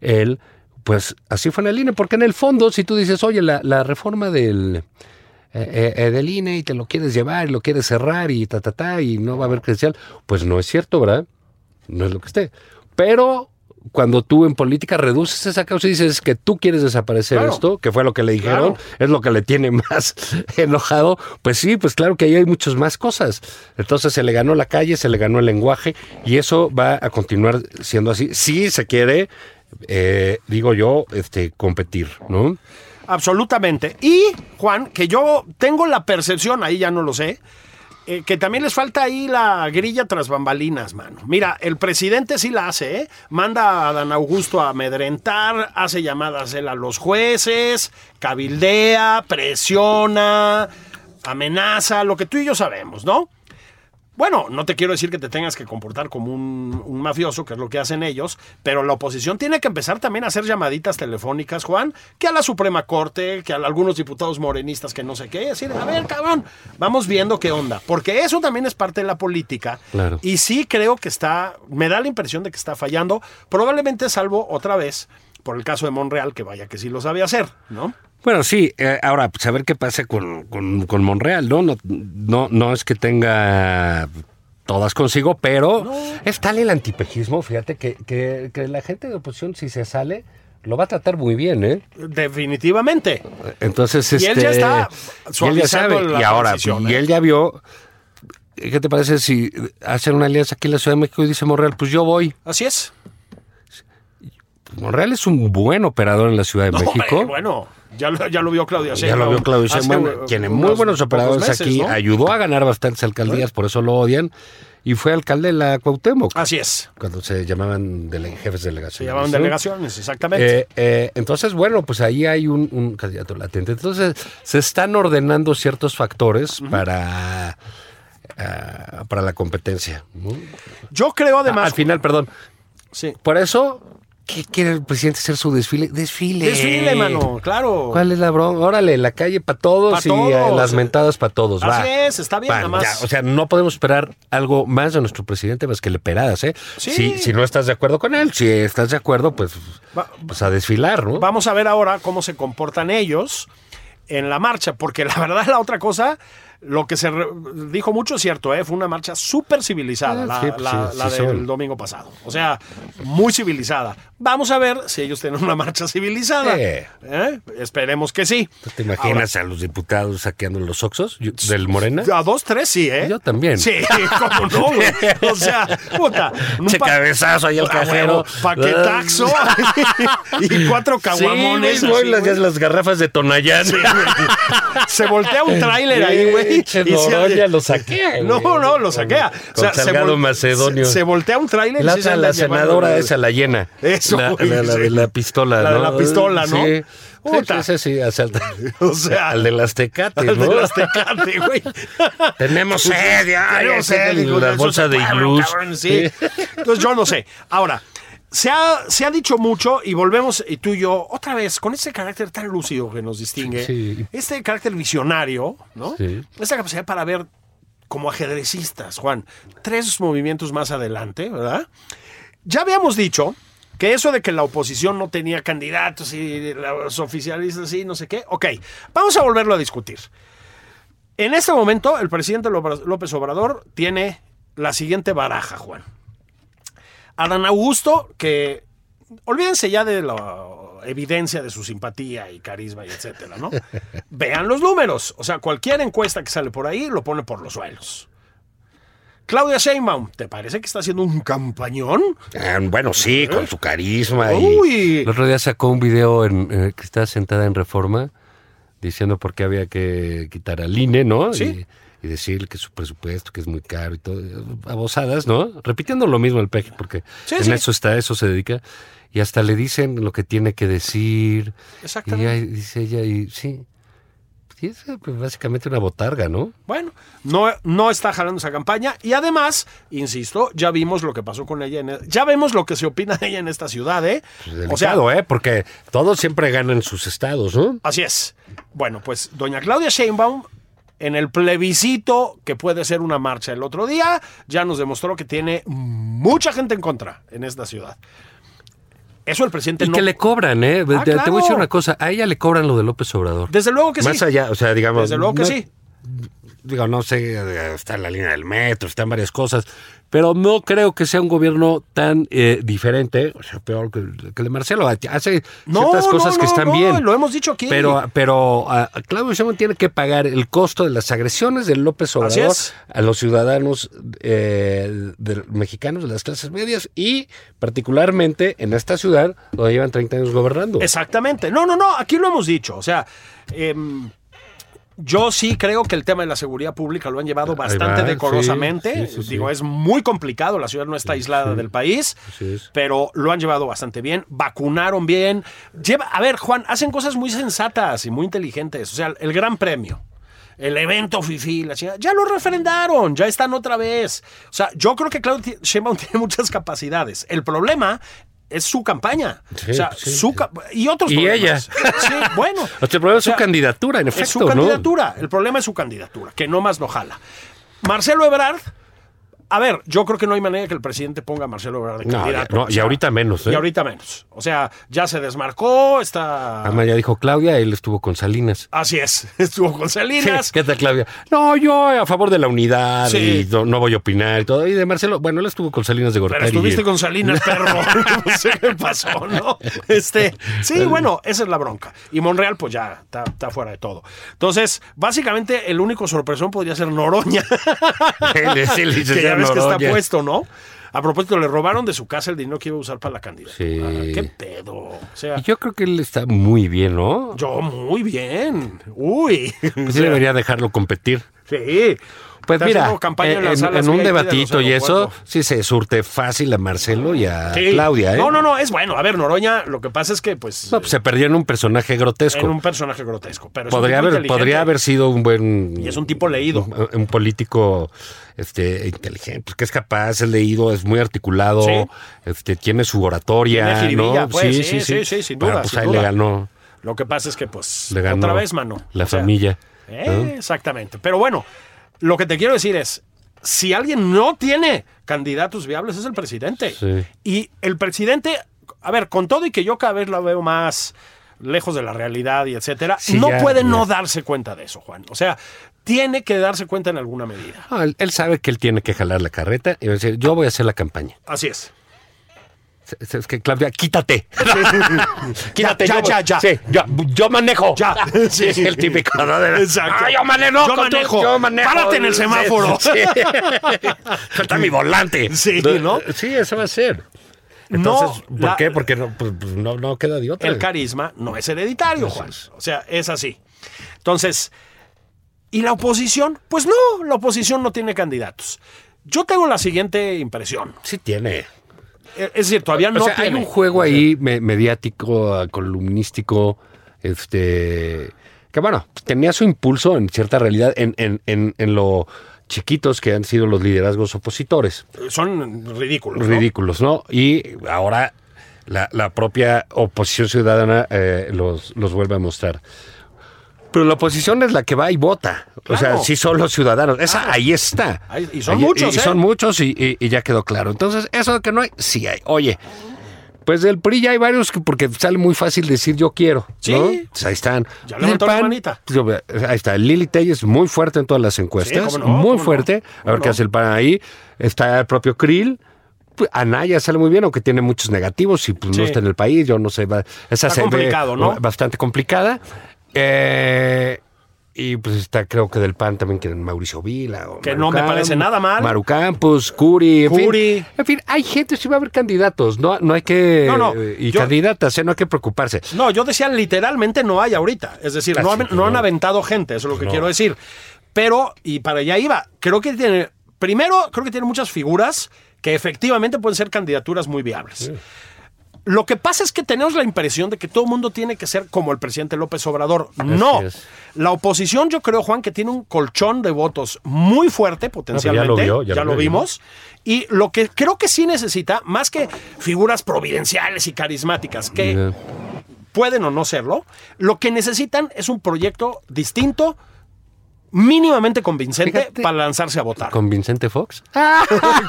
Speaker 2: él, pues así fue en el INE, porque en el fondo, si tú dices, oye, la, la reforma del, eh, eh, del INE y te lo quieres llevar y lo quieres cerrar y ta, ta, ta, y no va a haber credencial, pues no es cierto, ¿verdad? no es lo que esté. Pero cuando tú en política reduces esa causa y dices que tú quieres desaparecer
Speaker 3: Claro.
Speaker 2: esto, que fue lo que le dijeron,
Speaker 3: Claro.
Speaker 2: es lo que le tiene más enojado, pues sí, pues claro que ahí hay muchas más cosas. Entonces se le ganó la calle, se le ganó el lenguaje y eso va a continuar siendo así. Si se quiere, eh, digo yo, este, competir, ¿no?
Speaker 3: Absolutamente. Y, Juan, que yo tengo la percepción, ahí ya no lo sé, eh, que también les falta ahí la grilla tras bambalinas, mano. Mira, el presidente sí la hace, ¿eh? Manda a Dan Augusto a amedrentar, hace llamadas él a los jueces, cabildea, presiona, amenaza, lo que tú y yo sabemos, ¿no? Bueno, no te quiero decir que te tengas que comportar como un, un mafioso, que es lo que hacen ellos, pero la oposición tiene que empezar también a hacer llamaditas telefónicas, Juan, que a la Suprema Corte, que a algunos diputados morenistas que no sé qué, decir, a ver, cabrón, vamos viendo qué onda, porque eso también es parte de la política.
Speaker 2: Claro.
Speaker 3: Y sí creo que está, me da la impresión de que está fallando, probablemente salvo otra vez por el caso de Monreal, que vaya que sí lo sabe hacer, ¿no?
Speaker 2: Bueno, sí, eh, ahora, pues a ver qué pasa con, con- con Monreal, ¿no? ¿no? No no es que tenga todas consigo, pero es tal el antipejismo, fíjate, que, que- que la gente de oposición, si se sale, lo va a tratar muy bien, ¿eh?
Speaker 3: Definitivamente.
Speaker 2: Entonces,
Speaker 3: Y él ya
Speaker 2: este,
Speaker 3: está
Speaker 2: y él ya
Speaker 3: suavizando
Speaker 2: sabe,
Speaker 3: la
Speaker 2: y ahora,
Speaker 3: transición,
Speaker 2: y
Speaker 3: ¿eh?
Speaker 2: él ya vio, ¿qué te parece si hacen una alianza aquí en la Ciudad de México y dice Monreal, pues yo voy?
Speaker 3: Así es.
Speaker 2: Monreal es un buen operador en la Ciudad de México.
Speaker 3: Hombre, bueno, ya lo, ya lo vio Claudio
Speaker 2: Ya
Speaker 3: Sheinbaum
Speaker 2: lo vio Claudio
Speaker 3: hace,
Speaker 2: Sheinbaum,
Speaker 3: eh,
Speaker 2: tiene
Speaker 3: unos
Speaker 2: muy buenos operadores
Speaker 3: pocos meses,
Speaker 2: aquí,
Speaker 3: ¿no?
Speaker 2: ayudó a ganar bastantes alcaldías, por eso lo odian, y fue alcalde de la Cuauhtémoc,
Speaker 3: Así es.
Speaker 2: cuando se llamaban dele- jefes de delegación.
Speaker 3: Ah. Se llamaban
Speaker 2: ¿no?
Speaker 3: delegaciones, exactamente.
Speaker 2: Eh, eh, entonces, bueno, pues ahí hay un, un candidato latente. Entonces, se están ordenando ciertos factores para, ah, para la competencia. ¿no?
Speaker 3: Yo creo además.
Speaker 2: Eh, Al final, perdón,
Speaker 3: Sí.
Speaker 2: por eso, ¿qué quiere el presidente hacer su desfile? Desfile.
Speaker 3: Desfile, mano, claro.
Speaker 2: eh, ¿Cuál es la bronca? Órale, la calle para todos
Speaker 3: Pa'
Speaker 2: y
Speaker 3: todos.
Speaker 2: eh, las mentadas para todos.
Speaker 3: Así
Speaker 2: va.
Speaker 3: es, está bien,
Speaker 2: Va,
Speaker 3: nada más.
Speaker 2: ya, o sea, no podemos esperar algo más de nuestro presidente más que le peradas, ¿eh?
Speaker 3: Sí.
Speaker 2: Si, si no estás de acuerdo con él, si estás de acuerdo, pues,
Speaker 3: Va-
Speaker 2: pues a desfilar, ¿no?
Speaker 3: Vamos a ver ahora cómo se comportan ellos en la marcha, porque la verdad, la otra cosa, lo que se re- dijo mucho es cierto, ¿eh? fue una marcha súper civilizada,
Speaker 2: Ah,
Speaker 3: la,
Speaker 2: sí, pues
Speaker 3: la-
Speaker 2: sí,
Speaker 3: la
Speaker 2: sí
Speaker 3: del
Speaker 2: son.
Speaker 3: domingo pasado. O sea, muy civilizada. Vamos a ver si ellos tienen una marcha civilizada.
Speaker 2: Sí.
Speaker 3: ¿eh? Esperemos que sí.
Speaker 2: ¿Tú ¿Te imaginas a los diputados saqueando los oxos Yo- del Morena?
Speaker 3: A dos, tres, sí, ¿eh?
Speaker 2: Yo también.
Speaker 3: Sí, cómo no, güey. O sea, puta. un
Speaker 2: Che
Speaker 3: pa-
Speaker 2: cabezazo ahí al
Speaker 3: Ah,
Speaker 2: cajero. Ah,
Speaker 3: huevo, Paquetaxo. y cuatro caguamones.
Speaker 2: Sí, güey,
Speaker 3: así,
Speaker 2: las,
Speaker 3: güey.
Speaker 2: ya las garrafas de Tonayán.
Speaker 3: Se voltea un tráiler ahí, güey.
Speaker 2: Che,
Speaker 3: y se-
Speaker 2: Noroña lo saquea.
Speaker 3: No,
Speaker 2: güey.
Speaker 3: no, lo saquea. O sea,
Speaker 2: Con Salgado
Speaker 3: vol-
Speaker 2: Macedonio.
Speaker 3: Se, se voltea un tráiler y
Speaker 2: La
Speaker 3: sí se
Speaker 2: otra,
Speaker 3: anda
Speaker 2: la
Speaker 3: llevando-
Speaker 2: senadora esa, la llena.
Speaker 3: Eso,
Speaker 2: La,
Speaker 3: güey,
Speaker 2: la- la
Speaker 3: sí.
Speaker 2: de la pistola,
Speaker 3: La de
Speaker 2: ¿no?
Speaker 3: la pistola, ¿no?
Speaker 2: Sí.
Speaker 3: Puta.
Speaker 2: Sí, sí, sí, asalta.
Speaker 3: O sea,
Speaker 2: al de las tecates,
Speaker 3: Al Pues,
Speaker 2: ¿no?
Speaker 3: de las Tecate, güey.
Speaker 2: Tenemos sed, ya,
Speaker 3: Creo
Speaker 2: ya,
Speaker 3: ser,
Speaker 2: sed,
Speaker 3: digo,
Speaker 2: Pues, la
Speaker 3: eso
Speaker 2: bolsa
Speaker 3: se
Speaker 2: de
Speaker 3: fueron,
Speaker 2: iglús.
Speaker 3: cabrón, sí. Entonces yo no sé. Ahora, se ha, se ha dicho mucho y volvemos, y tú y yo, otra vez, con ese carácter tan lúcido que nos distingue,
Speaker 2: Sí.
Speaker 3: este carácter visionario, ¿no?
Speaker 2: Sí.
Speaker 3: Esta capacidad para ver como ajedrecistas, Juan, tres movimientos más adelante, ¿verdad? Ya habíamos dicho que eso de que la oposición no tenía candidatos y los oficialistas y no sé qué, ok, vamos a volverlo a discutir. En este momento, el presidente Lobra- López Obrador tiene la siguiente baraja, Juan. Adán Augusto, que olvídense ya de la evidencia de su simpatía y carisma y etcétera, ¿no? Vean los números. O sea, cualquier encuesta que sale por ahí lo pone por los suelos.
Speaker 5: Claudia Sheinbaum, ¿te parece que está haciendo un campañón?
Speaker 2: Ah, Bueno, sí, con su carisma. y-
Speaker 5: Uy.
Speaker 2: El otro día sacó un video en, eh, que estaba sentada en Reforma diciendo por qué había que quitar al INE, ¿no?
Speaker 5: Sí.
Speaker 2: Y, y decir que su presupuesto, que es muy caro y todo. Abosadas, ¿no? Repitiendo lo mismo el peje, porque
Speaker 5: Sí,
Speaker 2: en
Speaker 5: sí.
Speaker 2: eso está, eso se dedica. Y hasta le dicen lo que tiene que decir.
Speaker 5: Exactamente.
Speaker 2: Y ella- dice ella, y sí. Sí, es eh, pues, básicamente una botarga, ¿no?
Speaker 5: Bueno, no, no está jalando esa campaña y además, insisto, ya vimos lo que pasó con ella, en- e-, ya vemos lo que se opina de ella en esta ciudad, ¿eh?
Speaker 2: Delicado, ¿eh? Porque todos siempre ganan sus estados, ¿no?
Speaker 5: Así es. Bueno, pues doña Claudia Sheinbaum, en el plebiscito que puede ser una marcha el otro día, ya nos demostró que tiene mucha gente en contra en esta ciudad. Eso el presidente
Speaker 2: Y
Speaker 5: no...
Speaker 2: que le cobran, ¿eh?
Speaker 5: Ah,
Speaker 2: te, te voy a decir
Speaker 5: claro.
Speaker 2: una cosa, a ella le cobran lo de López Obrador.
Speaker 5: Desde luego que
Speaker 2: Más
Speaker 5: sí.
Speaker 2: allá, o sea, digamos...
Speaker 5: Desde luego que
Speaker 2: no-
Speaker 5: sí.
Speaker 2: Digo, no sé, eh, está la línea del metro, están varias cosas, pero no creo que sea un gobierno tan eh, diferente, o sea, peor que, que el de Marcelo. Hace
Speaker 5: No,
Speaker 2: ciertas
Speaker 5: no,
Speaker 2: cosas que
Speaker 5: no,
Speaker 2: están
Speaker 5: no,
Speaker 2: bien.
Speaker 5: lo hemos dicho aquí.
Speaker 2: Pero, pero ah, Claudio Sheinbaum tiene que pagar el costo de las agresiones de López
Speaker 5: Así
Speaker 2: Obrador
Speaker 5: es.
Speaker 2: a los ciudadanos eh, de- mexicanos de las clases medias y particularmente en esta ciudad donde llevan 30 años gobernando.
Speaker 5: Exactamente. No, no, no, aquí lo hemos dicho. O sea, em, yo sí creo que el tema de la seguridad pública lo han llevado bastante
Speaker 2: va,
Speaker 5: decorosamente.
Speaker 2: sí, sí, sí,
Speaker 5: Digo,
Speaker 2: sí.
Speaker 5: es muy complicado, la ciudad no está aislada del país,
Speaker 2: Así es.
Speaker 5: pero lo han llevado bastante bien, vacunaron bien. Lleva, a ver, Juan, hacen cosas muy sensatas y muy inteligentes. O sea, el gran premio. El evento Fifi, la chingada, ya lo referendaron, ya están otra vez. O sea, yo creo que Claudia Sheinbaum tiene muchas capacidades. El problema es su campaña.
Speaker 2: Sí,
Speaker 5: o sea,
Speaker 2: sí.
Speaker 5: su ca- y otros
Speaker 2: Y
Speaker 5: problemas.
Speaker 2: ella.
Speaker 5: Sí, bueno.
Speaker 2: O sea, el problema es su
Speaker 5: O sea,
Speaker 2: candidatura, en
Speaker 5: Es su
Speaker 2: efecto, ¿no?
Speaker 5: candidatura. El problema es su candidatura, que no más no jala. Marcelo Ebrard. A ver, yo creo que no hay manera que el presidente ponga a Marcelo Ebrard de
Speaker 2: No,
Speaker 5: candidato.
Speaker 2: ya- no,
Speaker 5: o
Speaker 2: y
Speaker 5: sea,
Speaker 2: ahorita menos, ¿eh?
Speaker 5: Y ahorita menos. O sea, ya se desmarcó, está...
Speaker 2: Además, ya dijo Claudia, él estuvo con Salinas.
Speaker 5: Así es, estuvo con Salinas.
Speaker 2: ¿Qué tal, Claudia? No, yo a favor de la unidad
Speaker 5: Sí.
Speaker 2: y no, no voy a opinar y todo. Y de Marcelo, bueno, él estuvo con Salinas de Gortari.
Speaker 5: Pero estuviste con Salinas, perro. no sé qué pasó, ¿no? Este, sí, bueno, esa es la bronca. Y Monreal, pues ya está, está fuera de todo. Entonces, básicamente, el único sorpresón podría ser Noroña,
Speaker 2: Sí, el
Speaker 5: que ya
Speaker 2: licenciado
Speaker 5: ves que está
Speaker 2: Noroña.
Speaker 5: puesto, ¿no? A propósito, le robaron de su casa el dinero que iba a usar para la candidatura.
Speaker 2: Sí.
Speaker 5: ¿Qué pedo? O sea,
Speaker 2: Y yo creo que él está muy bien, ¿no?
Speaker 5: yo muy bien. Uy.
Speaker 2: Pues Sí debería dejarlo competir.
Speaker 5: Sí.
Speaker 2: Pues
Speaker 5: Está
Speaker 2: mira,
Speaker 5: haciendo campaña
Speaker 2: en,
Speaker 5: en las
Speaker 2: en-
Speaker 5: salas
Speaker 2: en un
Speaker 5: VIP de los
Speaker 2: debatito y eso,
Speaker 5: aeropuertos.
Speaker 2: sí se surte fácil a Marcelo y a
Speaker 5: Sí.
Speaker 2: Claudia, ¿eh?
Speaker 5: No, no, no, es bueno. A ver, Noroña, lo que pasa es que, pues,
Speaker 2: No, pues se perdió en un personaje grotesco.
Speaker 5: en un personaje grotesco. Pero es un
Speaker 2: podría,
Speaker 5: tipo
Speaker 2: haber,
Speaker 5: inteligente.
Speaker 2: podría haber sido un buen...
Speaker 5: Y es un tipo leído.
Speaker 2: Un, un político este, inteligente, pues, que es capaz, es leído, es muy articulado,
Speaker 5: Sí.
Speaker 2: este, tiene su oratoria,
Speaker 5: Tiene jiribilla,
Speaker 2: ¿no?
Speaker 5: pues, sí, sí, sí, sin
Speaker 2: Pero,
Speaker 5: duda,
Speaker 2: pues
Speaker 5: sin
Speaker 2: ahí
Speaker 5: duda.
Speaker 2: le ganó,
Speaker 5: Lo que pasa es que, pues,
Speaker 2: le ganó
Speaker 5: otra vez, mano.
Speaker 2: la
Speaker 5: O sea,
Speaker 2: familia.
Speaker 5: eh, Exactamente. Pero bueno, lo que te quiero decir es, si alguien no tiene candidatos viables es el presidente.
Speaker 2: Sí.
Speaker 5: Y el presidente, a ver, con todo y que yo cada vez la veo más lejos de la realidad y etcétera,
Speaker 2: Sí,
Speaker 5: no
Speaker 2: ya,
Speaker 5: puede
Speaker 2: ya.
Speaker 5: no darse cuenta de eso, Juan. O sea, tiene que darse cuenta en alguna medida.
Speaker 2: No, él, él sabe que él tiene que jalar la carreta y va a decir, yo voy a hacer la campaña.
Speaker 5: Así es.
Speaker 2: Es- Es que Claudia, quítate. quítate.
Speaker 5: Ya,
Speaker 2: yo,
Speaker 5: ya, ya.
Speaker 2: sí, yo, yo manejo.
Speaker 5: Ya.
Speaker 2: Sí, es el típico. ¿no? De-
Speaker 5: Exacto.
Speaker 2: Ah, yo manejo.
Speaker 5: Yo
Speaker 2: con todo,
Speaker 5: manejo.
Speaker 2: yo manejo.
Speaker 5: Párate en el semáforo.
Speaker 2: Sí, sí. Suelta mi volante.
Speaker 5: Sí, ¿no?
Speaker 2: Sí, eso va a ser. Entonces,
Speaker 5: No,
Speaker 2: ¿por
Speaker 5: la-
Speaker 2: qué? Porque no, pues, pues, no, no queda de otra.
Speaker 5: El carisma no es hereditario, Juan. O sea, es así. Entonces, ¿y la oposición? Pues no, la oposición no tiene candidatos. Yo tengo la siguiente impresión.
Speaker 2: Sí tiene.
Speaker 5: Eh, Es decir, todavía no
Speaker 2: o sea,
Speaker 5: tiene.
Speaker 2: hay un juego ahí me- mediático, ah, columnístico, este que bueno, tenía su impulso en cierta realidad en, en, en, en lo chiquitos que han sido los liderazgos opositores.
Speaker 5: Son ridículos. ¿no?
Speaker 2: Ridículos, ¿no? Y ahora la, la propia oposición ciudadana eh, los, los vuelve a mostrar. Pero la oposición es la que va y vota. O sea,
Speaker 5: Claro.
Speaker 2: sí son los ciudadanos. Esa ahí está.
Speaker 5: Ahí- y son
Speaker 2: Ahí-
Speaker 5: muchos,
Speaker 2: Y,
Speaker 5: ¿eh?
Speaker 2: son muchos y, y- y ya quedó claro. Entonces, eso de que no hay, sí hay. Oye, pues del PRI ya hay varios que- porque sale muy fácil decir yo quiero.
Speaker 5: Sí.
Speaker 2: ¿no? Pues ahí están.
Speaker 5: Ya
Speaker 2: Del
Speaker 5: levantó la manita.
Speaker 2: pues, yo, eh, ahí está. Lili Tell es muy fuerte en todas las encuestas.
Speaker 5: cómo no, cómo
Speaker 2: muy
Speaker 5: no,
Speaker 2: fuerte.
Speaker 5: cómo
Speaker 2: a ver qué
Speaker 5: no.
Speaker 2: hace el PAN ahí. Está el propio Krill. Pues, Anaya sale muy bien, aunque tiene muchos negativos y pues, no
Speaker 5: Sí.
Speaker 2: está en el país. Yo no sé. va- esa
Speaker 5: Está
Speaker 2: se ve
Speaker 5: complicado, ¿no?
Speaker 2: Bastante complicada. Eh, Y pues está, creo que del PAN también, que Mauricio Vila. o
Speaker 3: Que no me
Speaker 2: Marucam,
Speaker 3: parece nada mal.
Speaker 2: Maru Campos, Curi. En,
Speaker 3: Curi.
Speaker 2: Fin, en fin, hay gente, sí va a haber candidatos. No, no hay que.
Speaker 3: No, no,
Speaker 2: Y
Speaker 3: yo-
Speaker 2: candidatas, ¿eh? no hay que preocuparse.
Speaker 3: No, yo decía literalmente no hay ahorita. Es decir, no,
Speaker 2: Ah, sí,
Speaker 3: han-
Speaker 2: pues
Speaker 3: no han
Speaker 2: no.
Speaker 3: aventado gente, eso es lo que
Speaker 2: no.
Speaker 3: quiero decir. Pero, y para allá iba, creo que tiene, primero, creo que tiene muchas figuras que efectivamente pueden ser candidaturas muy viables. Lo que pasa es que tenemos la impresión de que todo el mundo tiene que ser como el presidente López Obrador. No.
Speaker 2: es.
Speaker 3: La oposición, yo creo, Juan, que tiene un colchón de votos muy fuerte potencialmente.
Speaker 2: Ah, ya lo vio, ya lo vio.
Speaker 3: vimos. Y lo que creo que sí necesita, más que figuras providenciales y carismáticas, que
Speaker 2: Mira.
Speaker 3: pueden o no serlo, lo que necesitan es un proyecto distinto, mínimamente convincente,
Speaker 2: Fíjate.
Speaker 3: para lanzarse a votar.
Speaker 2: ¿Con Vincente Fox?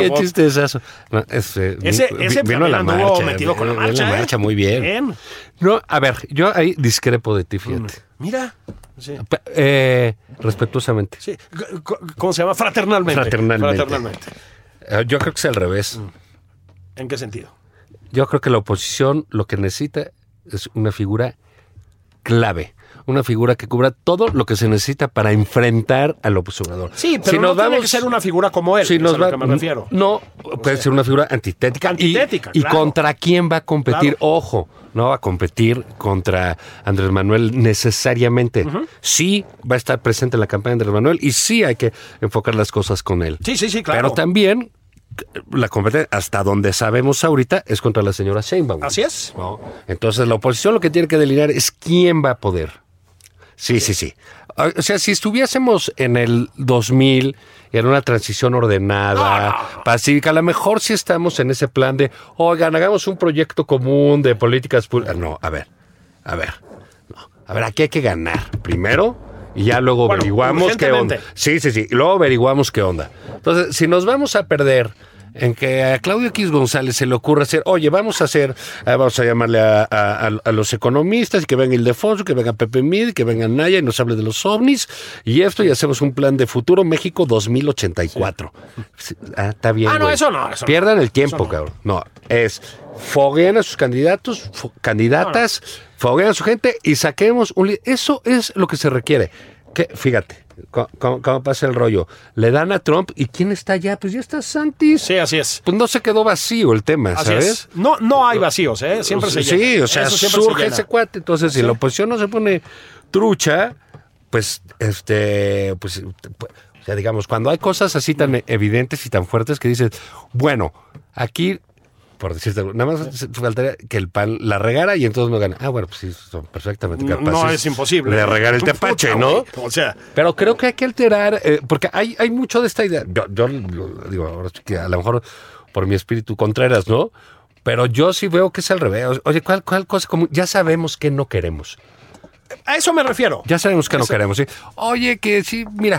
Speaker 2: Qué
Speaker 3: voz.
Speaker 2: chiste es eso. No, ese,
Speaker 3: Ese,
Speaker 2: vi-
Speaker 3: ese
Speaker 2: vino a la
Speaker 3: también anduvo
Speaker 2: marcha.
Speaker 3: metido con la
Speaker 2: vino a
Speaker 3: marcha. ¿eh?
Speaker 2: marcha, muy bien.
Speaker 3: Bien.
Speaker 2: No, a ver, yo ahí discrepo de ti, fíjate.
Speaker 5: Mm.
Speaker 3: Mira. Sí.
Speaker 2: Pe- eh, respetuosamente.
Speaker 3: Sí. C- c- ¿Cómo se llama? Fraternalmente.
Speaker 2: Fraternalmente.
Speaker 3: Fraternalmente.
Speaker 2: Eh, Yo creo que es al revés.
Speaker 3: ¿En qué sentido?
Speaker 2: Yo creo que la oposición lo que necesita es una figura clave. Una figura que cubra todo lo que se necesita para enfrentar al observador.
Speaker 3: Sí, pero no tiene que ser una figura como él,
Speaker 2: si
Speaker 3: es
Speaker 2: nos
Speaker 3: a lo
Speaker 2: va-
Speaker 3: que me refiero.
Speaker 2: No, puede ser una figura antitética. y-
Speaker 3: Antitética,
Speaker 2: y,
Speaker 3: claro.
Speaker 2: contra quién va a competir.
Speaker 3: Claro.
Speaker 2: Ojo, no va a competir contra Andrés Manuel necesariamente. Sí va a estar presente en la campaña de Andrés Manuel y sí hay que enfocar las cosas con él.
Speaker 3: Sí, sí, sí, claro.
Speaker 2: Pero también la competencia, hasta donde sabemos ahorita, es contra la señora Sheinbaum.
Speaker 3: Así es.
Speaker 2: ¿no? Entonces la oposición lo que tiene que delinear es quién va a poder. Sí, sí, sí. Ah, O sea, si estuviésemos en el 2000, en una transición ordenada, pacífica, a lo mejor si estamos en ese plan de, oigan, hagamos un proyecto común de políticas públicas. Ah, No, a ver, a ver, no. a ver, aquí hay que ganar primero y ya luego
Speaker 3: Bueno,
Speaker 2: averiguamos qué onda.
Speaker 3: urgentemente.
Speaker 2: Sí, sí, sí. Y luego averiguamos qué onda. Entonces, si nos vamos a perder en que a Claudio X González se le ocurra hacer, oye, vamos a hacer, ah, vamos a llamarle a, a- a- a los economistas, y que venga Ildefonso, que venga Pepe Mid, que venga Naya y nos hable de los ovnis, y esto, y hacemos un plan de futuro México 2084. Sí, Ah, está bien.
Speaker 3: Ah, no,
Speaker 2: güey.
Speaker 3: eso no, eso no.
Speaker 2: Pierdan el tiempo, cabrón. No, es fogueen a sus candidatos, fo- candidatas, fogueen a su gente y saquemos un... li- Eso es lo que se requiere. Que, fíjate, co- co- cómo pasa el rollo. Le dan a Trump y ¿quién está allá? Pues ya está Santis.
Speaker 3: Sí, así es.
Speaker 2: Pues no se quedó vacío el tema,
Speaker 3: Así
Speaker 2: ¿sabes?
Speaker 3: es. No, no hay vacíos, ¿eh? Siempre se
Speaker 2: sí,
Speaker 3: llena.
Speaker 2: o sea,
Speaker 3: Eso siempre se
Speaker 2: surge
Speaker 3: llena.
Speaker 2: ese cuate. Entonces, si la oposición no se pone trucha, pues, este, pues, pu- o sea, digamos, cuando hay cosas así tan evidentes y tan fuertes que dices, bueno, aquí, por decirte, algo, nada más se- faltaría que el pan la regara y entonces no gana. Ah, bueno, pues sí, son perfectamente
Speaker 3: No,
Speaker 2: capaces.
Speaker 3: no es imposible.
Speaker 2: De regar el tepache,
Speaker 3: Puta,
Speaker 2: ¿no?
Speaker 3: güey. O sea,
Speaker 2: Pero creo que hay que alterar, eh, porque hay, hay mucho de esta idea. Yo, yo lo digo, ahora sí que a lo mejor por mi espíritu contreras, ¿no? Pero yo sí veo que es al revés. Oye, ¿cuál, cuál cosa común? Ya sabemos que no queremos.
Speaker 3: a eso me refiero.
Speaker 2: Ya sabemos que no queremos. ¿sí? Oye, que sí, mira,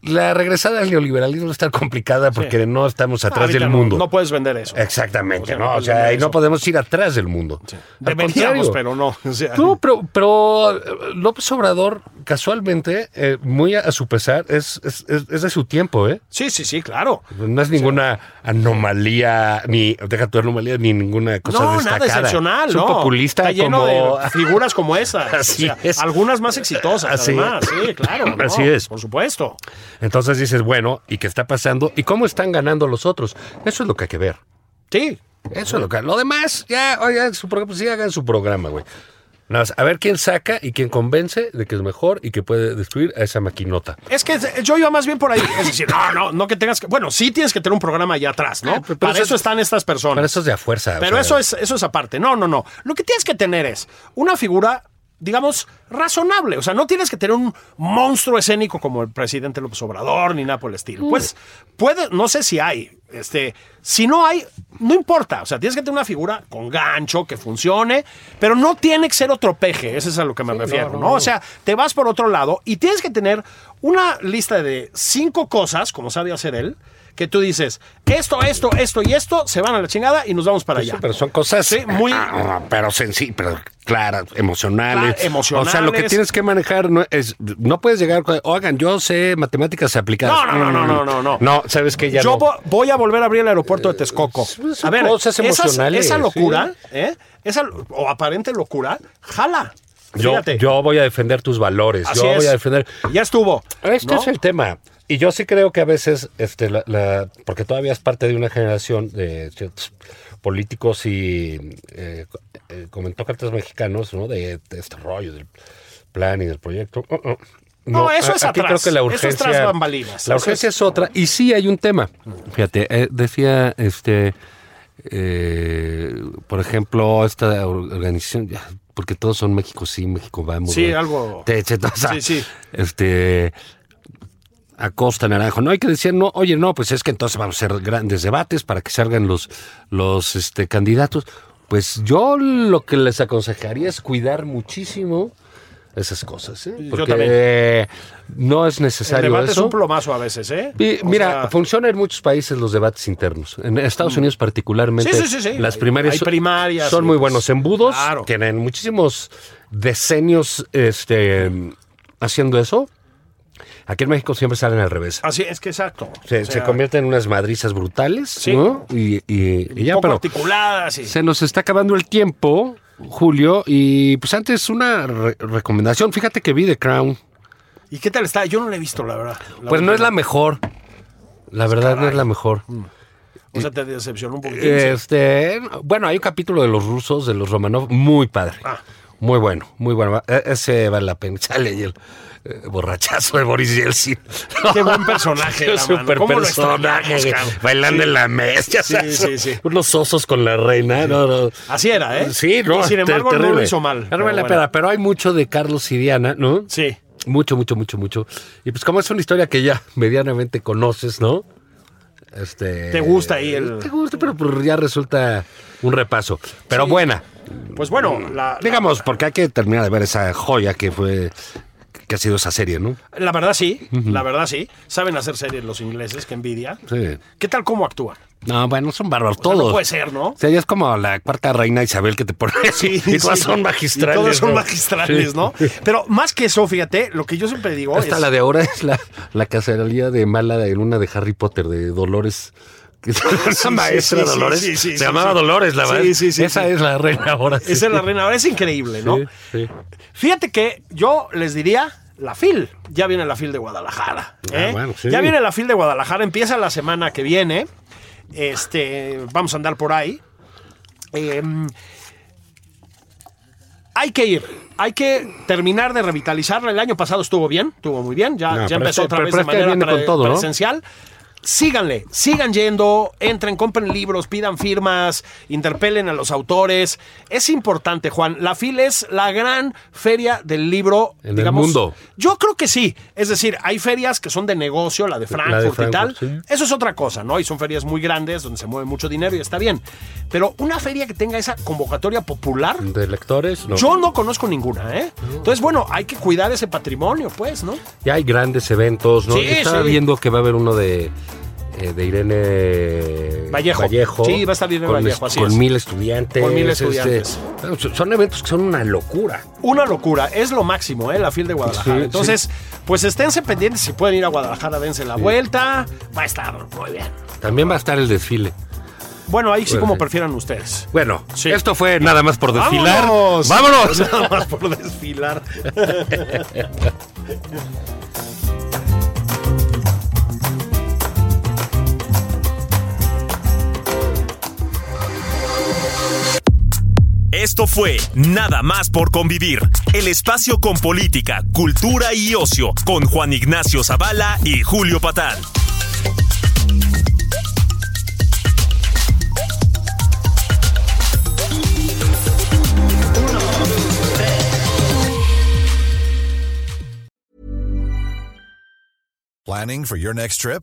Speaker 2: la regresada al neoliberalismo está complicada porque no estamos atrás
Speaker 3: Ah, Ahorita
Speaker 2: del
Speaker 3: no-
Speaker 2: mundo.
Speaker 3: No puedes vender eso.
Speaker 2: Exactamente,
Speaker 3: O sea, no
Speaker 2: ¿no?
Speaker 3: puedes
Speaker 2: o sea,
Speaker 3: vender
Speaker 2: ahí no
Speaker 3: eso.
Speaker 2: podemos ir atrás del mundo. Al
Speaker 3: Deberíamos,
Speaker 2: contrario.
Speaker 3: pero no. O sea,
Speaker 2: No, pero, pero eh, López Obrador, casualmente, eh, muy a, a su pesar, es, es, es- es de su tiempo, ¿eh?
Speaker 3: Sí, sí, sí, claro.
Speaker 2: No es ninguna anomalía, ni, deja tu anomalía, ni ninguna cosa
Speaker 3: no,
Speaker 2: destacada.
Speaker 3: nada excepcional,
Speaker 2: es un
Speaker 3: no.
Speaker 2: populista
Speaker 3: Está lleno
Speaker 2: como...
Speaker 3: de figuras como esas.
Speaker 2: Así
Speaker 3: o sea,
Speaker 2: es.
Speaker 3: Algunas más exitosas,
Speaker 2: Así
Speaker 3: además.
Speaker 2: es.
Speaker 3: Ah, Sí, claro. no,
Speaker 2: Así es.
Speaker 3: Por supuesto.
Speaker 2: Entonces dices, bueno, ¿y qué está pasando? ¿Y cómo están ganando los otros? Eso es lo que hay que ver.
Speaker 3: Sí.
Speaker 2: Eso es lo que... Lo demás, ya, oigan, su programa, pues sí, hagan su programa, güey. Nada más, a ver quién saca y quién convence de que es mejor y que puede destruir a esa maquinota.
Speaker 3: Es que yo iba más bien por ahí. Es decir, no, no, no que tengas que. Bueno, sí tienes que tener un programa allá atrás, ¿no?
Speaker 2: Ah, pero- pero
Speaker 3: Para
Speaker 2: eso
Speaker 3: eso
Speaker 2: es-
Speaker 3: están estas personas.
Speaker 2: Pero eso es de a fuerza. o
Speaker 3: Pero
Speaker 2: sea,
Speaker 3: eso es, eso es aparte. No, no, no. Lo que tienes que tener es una figura, digamos, razonable. O sea, no tienes que tener un monstruo escénico como el presidente López Obrador ni nada por el estilo. Pues puede, no sé si hay. Este, si no hay, no importa. O sea, tienes que tener una figura con gancho que funcione, pero no tiene que ser otro peje. Eso es a lo que me refiero, ¿no? O sea, te vas por otro lado y tienes que tener una lista de cinco cosas, como sabe hacer él, que tú dices, esto, esto, esto y esto, se van a la chingada y nos vamos para
Speaker 2: Sí,
Speaker 3: allá.
Speaker 2: pero son cosas
Speaker 3: Sí, muy-
Speaker 2: ah, ah, pero sensi- pero claras, emocionales.
Speaker 3: Claro, emocionales.
Speaker 2: O sea, lo que tienes que manejar no es no puedes llegar con, "Oigan, yo sé matemáticas aplicadas." Mm.
Speaker 3: No, no, no, no, no, no, no.
Speaker 2: No, sabes que ya
Speaker 3: Yo
Speaker 2: no. Eh,
Speaker 3: vo- voy a volver a abrir el aeropuerto de Texcoco.
Speaker 2: Son
Speaker 3: A ver,
Speaker 2: cosas
Speaker 3: esas-
Speaker 2: emocionales,
Speaker 3: esa
Speaker 2: eh. sí.
Speaker 3: locura, ¿eh? esa, o aparente locura, jala.
Speaker 2: Yo,
Speaker 5: Fíjate.
Speaker 2: yo voy a defender tus valores.
Speaker 5: Así
Speaker 2: yo voy
Speaker 5: es.
Speaker 2: a defender.
Speaker 5: Ya estuvo.
Speaker 2: Este
Speaker 5: ¿no?
Speaker 2: es el tema. Y yo sí creo que a veces, este, la, la- porque todavía es parte de una generación de ciertos políticos y eh, eh, comentócratas mexicanos, ¿no? De, de este rollo del plan y del proyecto. Oh, oh.
Speaker 5: No, eso es
Speaker 2: aquí
Speaker 5: atrás.
Speaker 2: creo que la
Speaker 5: Eso es
Speaker 2: urgencia,
Speaker 5: tras bambalinas.
Speaker 2: La
Speaker 5: Eso
Speaker 2: urgencia
Speaker 5: es-
Speaker 2: es otra. Y sí hay un tema. Fíjate, eh, decía este, eh, por ejemplo, esta or- organización, ya, porque todos son México sí, México vamos.
Speaker 5: Sí,
Speaker 2: güey.
Speaker 5: algo-
Speaker 2: Te- te- o sea,
Speaker 5: Sí, sí.
Speaker 2: Este. Acosta Naranjo. No hay que decir, no, oye, no, pues es que entonces vamos a hacer grandes debates para que salgan los, los este, candidatos. Pues yo lo que les aconsejaría es cuidar muchísimo esas cosas. ¿eh?
Speaker 5: Yo
Speaker 2: Porque
Speaker 5: también.
Speaker 2: eh, no es
Speaker 5: El
Speaker 2: necesario
Speaker 5: debate
Speaker 2: eso.
Speaker 5: es un plomazo a veces, ¿eh?
Speaker 2: Y
Speaker 5: O
Speaker 2: mira, pues,
Speaker 5: sea, Mm.
Speaker 2: funciona en muchos países los debates internos. En Estados Unidos particularmente,
Speaker 5: Sí, sí, sí, sí.
Speaker 2: las
Speaker 5: Hay-
Speaker 2: primarias,
Speaker 5: hay
Speaker 2: son-
Speaker 5: primarias
Speaker 2: son
Speaker 5: y
Speaker 2: muy
Speaker 5: pues,
Speaker 2: buenos embudos.
Speaker 5: claro.
Speaker 2: Tienen muchísimos decenios este, haciendo eso. Aquí en México siempre salen al revés.
Speaker 5: así es que exacto.
Speaker 2: Se,
Speaker 5: O
Speaker 2: se
Speaker 5: sea,
Speaker 2: convierten en unas madrizas brutales,
Speaker 5: Sí.
Speaker 2: ¿no? Y, y- y ya,
Speaker 5: poco
Speaker 2: pero
Speaker 5: articuladas y-
Speaker 2: se nos está acabando el tiempo, Julio, y pues antes una re- recomendación. Fíjate que vi The Crown.
Speaker 5: ¿Y qué tal está? Yo no la he visto, la verdad. La
Speaker 2: Pues no
Speaker 5: verdad.
Speaker 2: es la mejor. La verdad no es la mejor.
Speaker 5: O sea, te decepcionó un poquito.
Speaker 2: Este, bueno, hay un capítulo de los rusos, de los Romanov, muy padre.
Speaker 5: Ah.
Speaker 2: Muy bueno, muy bueno. E- Ese vale la pena. Sale ahí el eh, borrachazo de Boris Yeltsin.
Speaker 5: Qué buen personaje,
Speaker 2: Qué
Speaker 5: la mano.
Speaker 2: super
Speaker 5: ¿Cómo lo
Speaker 2: personaje.
Speaker 5: extrañamos,
Speaker 2: güey.
Speaker 5: cabrón?
Speaker 2: Bailando en la mesa. ya
Speaker 5: Sí,
Speaker 2: sabes,
Speaker 5: sí, sí.
Speaker 2: Unos osos con la reina. no, no.
Speaker 5: Así era, ¿eh?
Speaker 2: Sí, no.
Speaker 5: Y sin
Speaker 2: te-
Speaker 5: embargo, no lo
Speaker 2: terrible.
Speaker 5: hizo mal,
Speaker 2: No
Speaker 5: pero
Speaker 2: vale la
Speaker 5: bueno.
Speaker 2: pena, pero hay mucho de Carlos y Diana, ¿no?
Speaker 5: Sí.
Speaker 2: Mucho, mucho, mucho, mucho. Y pues como es una historia que ya medianamente conoces, ¿no? Este,
Speaker 5: Te gusta ahí el-
Speaker 2: Te gusta, pero pues ya resulta un repaso. Pero buena.
Speaker 5: Pues bueno, la, la-
Speaker 2: Digamos, porque hay que terminar de ver esa joya que fue que ha sido esa serie, ¿no?
Speaker 5: la verdad sí, la verdad sí. Saben hacer series los ingleses, que envidia.
Speaker 2: Sí.
Speaker 5: ¿Qué tal cómo actúan?
Speaker 2: No, bueno, son bárbaros
Speaker 5: sea, no
Speaker 2: todos.
Speaker 5: puede ser, ¿no?
Speaker 2: O sea, ya es como la cuarta reina Isabel que te pone así. y todas
Speaker 5: sí.
Speaker 2: son magistrales.
Speaker 5: Y todas son
Speaker 2: ¿no?
Speaker 5: magistrales,
Speaker 2: Sí.
Speaker 5: ¿no? Pero más que eso, fíjate, lo que yo siempre digo
Speaker 2: Hasta
Speaker 5: es...
Speaker 2: la de ahora es la, la cacería de mala de luna de Harry Potter, de Dolores. Esa
Speaker 5: sí,
Speaker 2: maestra
Speaker 5: sí, sí,
Speaker 2: Dolores.
Speaker 5: sí, sí,
Speaker 2: se
Speaker 5: sí,
Speaker 2: llamaba
Speaker 5: sí.
Speaker 2: Dolores, la
Speaker 5: Sí,
Speaker 2: verdad.
Speaker 5: sí, sí,
Speaker 2: Esa
Speaker 5: sí.
Speaker 2: es la reina ahora. sí.
Speaker 5: Esa es la reina. Ahora es increíble, ¿no?
Speaker 2: Sí, sí.
Speaker 5: Fíjate que yo les diría la FIL. Ya viene la FIL de Guadalajara. ¿eh?
Speaker 2: Ah, bueno, sí.
Speaker 5: Ya viene la FIL de Guadalajara. Empieza la semana que viene. Este, vamos a andar por ahí. Eh, hay que ir. Hay que terminar de revitalizarla. El año pasado estuvo bien, estuvo muy bien. Ya,
Speaker 2: No,
Speaker 5: ya
Speaker 2: pero
Speaker 5: empezó
Speaker 2: este-
Speaker 5: otra
Speaker 2: pero-
Speaker 5: vez
Speaker 2: pero
Speaker 5: de
Speaker 2: este
Speaker 5: manera
Speaker 2: viene con
Speaker 5: pre-
Speaker 2: todo, ¿no?
Speaker 5: presencial. Síganle, sigan yendo, entren, compren libros, pidan firmas, interpelen a los autores. Es importante, Juan. La FIL es la gran feria del libro
Speaker 2: En el mundo.
Speaker 5: Yo creo que sí. Es decir, hay ferias que son de negocio, la de Frankfurt, y tal.
Speaker 2: Frankfurt, sí.
Speaker 5: Eso es otra cosa, ¿no? Y son ferias muy grandes donde se mueve mucho dinero y está bien. Pero una feria que tenga esa convocatoria popular,
Speaker 2: De lectores, no.
Speaker 5: yo no conozco ninguna, ¿eh? Entonces, bueno, hay que cuidar ese patrimonio, pues, ¿no?
Speaker 2: Ya hay grandes eventos, ¿no?
Speaker 5: Sí,
Speaker 2: Estaba
Speaker 5: sí.
Speaker 2: viendo que va a haber uno de, eh, de Irene
Speaker 5: Vallejo. Sí, va a estar Irene
Speaker 2: con,
Speaker 5: Vallejo, así
Speaker 2: con
Speaker 5: es.
Speaker 2: mil estudiantes.
Speaker 5: Con mil
Speaker 2: este,
Speaker 5: estudiantes.
Speaker 2: bueno, son- son eventos que son una locura.
Speaker 5: Una locura, es lo máximo, ¿eh? La FIL de Guadalajara.
Speaker 2: Sí,
Speaker 5: Entonces, pues esténse pendientes si pueden ir a Guadalajara, dense la vuelta. Va a estar muy bien.
Speaker 2: También va a estar el desfile.
Speaker 5: Bueno, ahí sí
Speaker 2: Bueno,
Speaker 5: como
Speaker 2: sí.
Speaker 5: prefieran ustedes.
Speaker 2: Bueno,
Speaker 5: Sí.
Speaker 2: esto fue nada más por desfilar.
Speaker 5: ¡Vámonos!
Speaker 2: ¡Vámonos!
Speaker 5: Nada más por desfilar.
Speaker 1: Esto fue Nada más por convivir, el espacio con política, cultura y ocio, con Juan Ignacio Zavala y Julio Patán.
Speaker 6: Planning for your next trip?